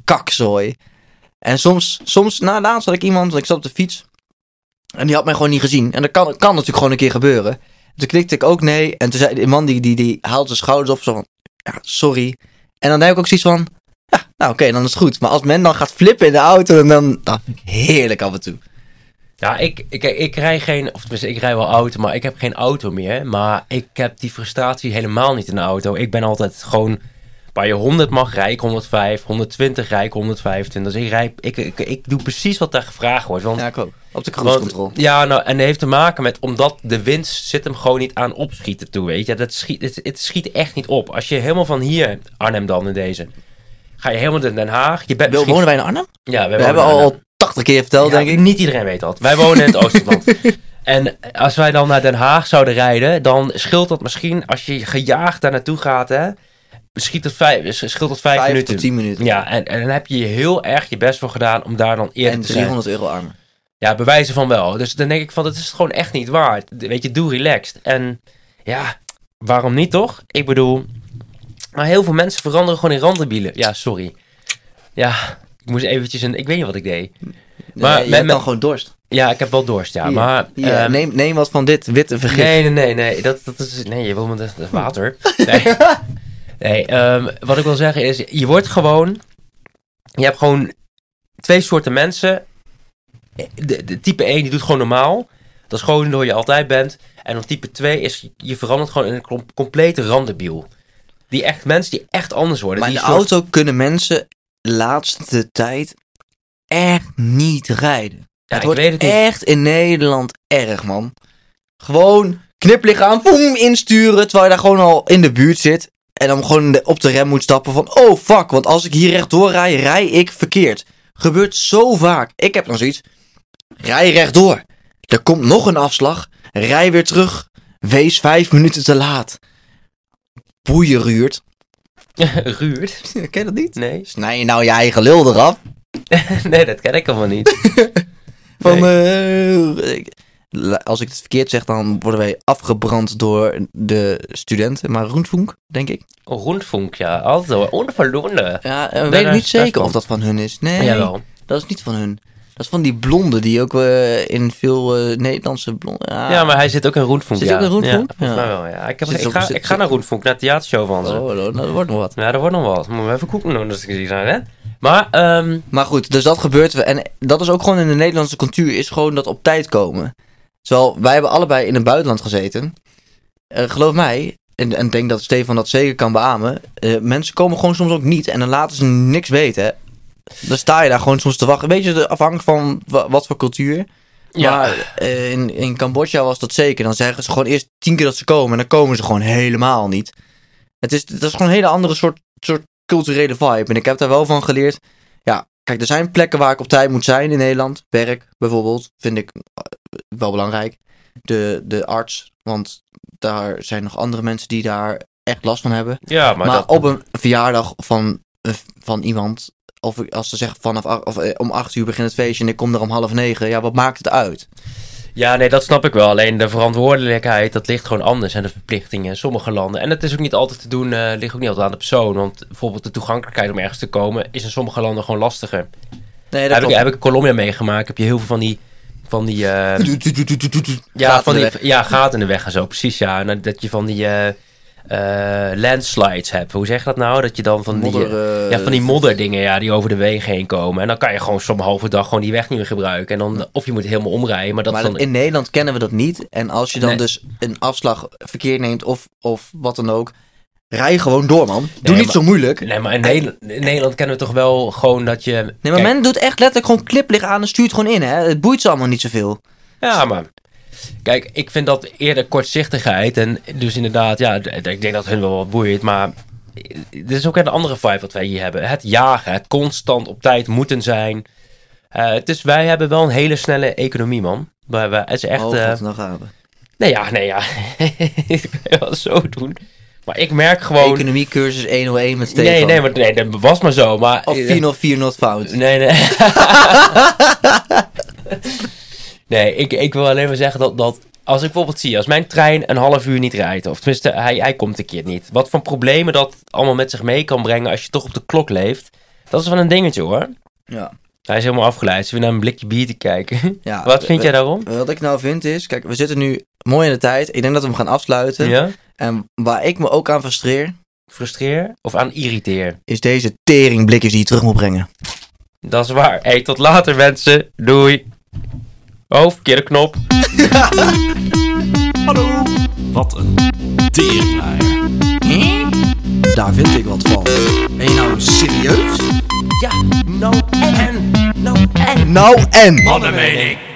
kakzooi. En soms, soms na laatst had ik iemand, want ik zat op de fiets. En die had mij gewoon niet gezien. En dat kan, kan natuurlijk gewoon een keer gebeuren. Toen knikte ik ook nee. En toen zei die man, die, die, die haalt zijn schouders op. Zo van, ja, sorry. En dan heb ik ook zoiets van, ja, nou oké, dan is het goed. Maar als men dan gaat flippen in de auto, dan, dan, dan vind ik heerlijk af en toe. Ja, ik, ik, ik rij geen, of tenminste, ik rij wel auto, maar ik heb geen auto meer. Maar ik heb die frustratie helemaal niet in de auto. Ik ben altijd gewoon, waar je 100 mag, rij ik 105, 120 rij ik 125. Dus ik, rij, ik, ik, ik doe precies wat daar gevraagd wordt. Want Ja, ik ook. Op de cruise Want- control. Ja, nou, en dat heeft te maken met, omdat de wind zit hem gewoon niet aan opschieten toe, weet je. Dat schiet, het, het schiet echt niet op. Als je helemaal van hier, Arnhem dan in deze, ga je helemaal naar Den Haag. Je bent Wil, misschien- wonen wij in Arnhem? Ja, we hebben, We hebben Arnhem. al 80 keer verteld, Ja, denk ik. Niet iedereen weet dat. Wij wonen in <laughs> het Oosterland. En als wij dan naar Den Haag zouden rijden, dan scheelt dat misschien, als je gejaagd daar naartoe gaat, hè, schiet dat vijf, scheelt dat vijf, 5 minuten. tot 10 minuten. Ja, en, en dan heb je heel erg je best voor gedaan om daar dan eerder en te zijn. 300 euro armer. Ja, bewijzen van wel. Dus dan denk ik van, dat is het gewoon echt niet waard. De- Weet je, doe relaxed. En ja, waarom niet toch? Ik bedoel, maar heel veel mensen veranderen gewoon in randenbielen. Ja, sorry. Ja, ik moest eventjes een, ik weet niet wat ik deed. Maar Maar met- je met- kan gewoon dorst. Ja, ik heb wel dorst, ja. Hier, maar hier, ehm, neem, neem wat van dit witte vergif. nee, nee, nee, nee. Dat, dat is, nee, je wil me dat dat is <laughs> water. Nee, nee ehm, wat ik wil zeggen is, je wordt gewoon, je hebt gewoon twee soorten mensen. De, de type 1 die doet gewoon normaal. Dat is gewoon hoe je altijd bent. En dan type 2 is, je verandert gewoon in een com- complete randebiel. Die echt, mensen die echt anders worden. maar in die de soort- auto kunnen mensen laatste tijd echt niet rijden. Ja, het ik wordt weet het niet. echt in Nederland erg, man. Gewoon kniplicht aan, boem, insturen, terwijl je daar gewoon al in de buurt zit. En dan gewoon de- op de rem moet stappen van, oh fuck, want als ik hier rechtdoor rij, rij ik verkeerd. Gebeurt zo vaak. Ik heb dan zoiets, rij rechtdoor. Er komt nog een afslag, rij weer terug. Wees vijf minuten te laat. Boeien, Ruurt. <laughs> <laughs> Ruurt? Ken je dat niet? Nee. <laughs> Snij je nou je eigen lul eraf? nee, dat ken ik helemaal niet. Van, eh, ik- la- als ik het verkeerd zeg, dan worden wij afgebrand door de studenten. Maar Roentvonk, denk ik. Rundfunk, Oh, ja. Also, onverloren. Ja, eh, Daar- we weten daar- niet daar zeker stond. of dat van hun is. Nee, Jawel. dat is niet van hun. Dat is van die blonde die ook eh, in veel eh, Nederlandse blonde... Ah, Ja, maar hij zit ook in Roenfunk. Zit ja. ook in Roenfunk? Ja, volgens mij Ja. wel, ja. Ik, heb, Zit ik, op- ga, zit- ik ga naar Roenfunk, naar de theatershow van ze. Oh, dat, dat wordt nog wat. Ja, dat wordt nog wat. Moeten we even koeken doen, dat is gezien zijn, hè? Maar, ehm Maar goed, dus dat gebeurt. we- En dat is ook gewoon in de Nederlandse cultuur, is gewoon dat op tijd komen. Terwijl wij hebben allebei in het buitenland gezeten. Eh, geloof mij, en, en ik denk dat Stefan dat zeker kan beamen. eh, mensen komen gewoon soms ook niet en dan laten ze niks weten. hè. Dan sta je daar gewoon soms te wachten. Weet je, de- afhankelijk van wa- wat voor cultuur. Ja. Maar eh, in, in Cambodja was dat zeker. Dan zeggen ze gewoon eerst tien keer dat ze komen en dan komen ze gewoon helemaal niet. Het is, dat is gewoon een hele andere soort, soort culturele vibe. En ik heb daar wel van geleerd. Ja, kijk, er zijn plekken waar ik op tijd moet zijn in Nederland. Werk bijvoorbeeld, vind ik eh, wel belangrijk. De, de arts, want daar zijn nog andere mensen die daar echt last van hebben. ja, maar, Maar, dat, op een verjaardag van, eh, van iemand, of ik- als ze zeggen vanaf ach- of, eh, om acht uur begint het feestje en ik kom er om half negen, ja, wat maakt het uit? ja, nee, dat snap ik wel. Alleen de verantwoordelijkheid, dat ligt gewoon anders. En de verplichtingen in sommige landen. En dat is ook niet altijd te doen, eh, ligt ook niet altijd aan de persoon. Want bijvoorbeeld de toegankelijkheid om ergens te komen, is in sommige landen gewoon lastiger. Nee, Heb ik, klopt. heb ik in Colombia meegemaakt, heb je heel veel van die... Van die eh, Ja, Gaten van die, in de ja, gaten in de weg en zo, precies ja. En dat je van die eh, eh, landslides hebt. Hoe zeg je dat nou? Dat je dan van die... eh, Modder, eh, ja, van die modderdingen ja, die over de wegen heen komen. En dan kan je gewoon soms halve dag gewoon die weg niet meer gebruiken. En dan, of je moet helemaal omrijden, maar dat maar is dan... dat- in Nederland kennen we dat niet. En als je dan Nee. dus een afslag verkeerd neemt of, of wat dan ook, rij gewoon door, man. Doe Nee, niet maar- zo moeilijk. Nee, maar in, Nederland, in Nederland kennen we toch wel gewoon dat je... Nee, maar Kijk, men doet echt letterlijk gewoon kliplicht aan en stuurt gewoon in, hè. Het boeit ze allemaal niet zoveel. Ja, maar... Kijk, ik vind dat eerder kortzichtigheid. En dus inderdaad, ja, d- ik denk dat hun wel wat boeit. Maar dit is ook een andere vibe wat wij hier hebben. Het jagen, het constant op tijd moeten zijn. Eh, het is, wij hebben wel een hele snelle economie, man. Maar we- het is echt... oh, eh, god, nou gaan we. nee, ja, nee, ja. <laughs> ik kan wel zo doen. Maar ik merk gewoon... Economiecursus 101 met Stefan. Nee, nee, maar, nee, dat was maar zo. Maar, Of 404 not found. Nee, nee. <laughs> nee, ik, ik wil alleen maar zeggen dat, dat als ik bijvoorbeeld zie, als mijn trein een half uur niet rijdt, of tenminste, hij, hij komt een keer niet. Wat voor problemen dat allemaal met zich mee kan brengen als je toch op de klok leeft. Dat is wel een dingetje hoor. Ja. Hij is helemaal afgeleid. Ze willen naar een blikje bier te kijken. Ja, <laughs> Wat vind we- jij daarom? Wat ik nou vind is, kijk, we zitten nu mooi in de tijd. Ik denk dat we hem gaan afsluiten. Ja? En waar ik me ook aan frustreer, Frustreer of aan irriteer? is deze teringblikjes die je terug moet brengen. Dat is waar. Hey, tot later mensen. Doei. Oh, verkeerde knop. Hallo. Wat een teringlaaier. Daar vind ik wat van. Ben je nou serieus? Ja, nou en. Nou en. Nou en... Mannenmening.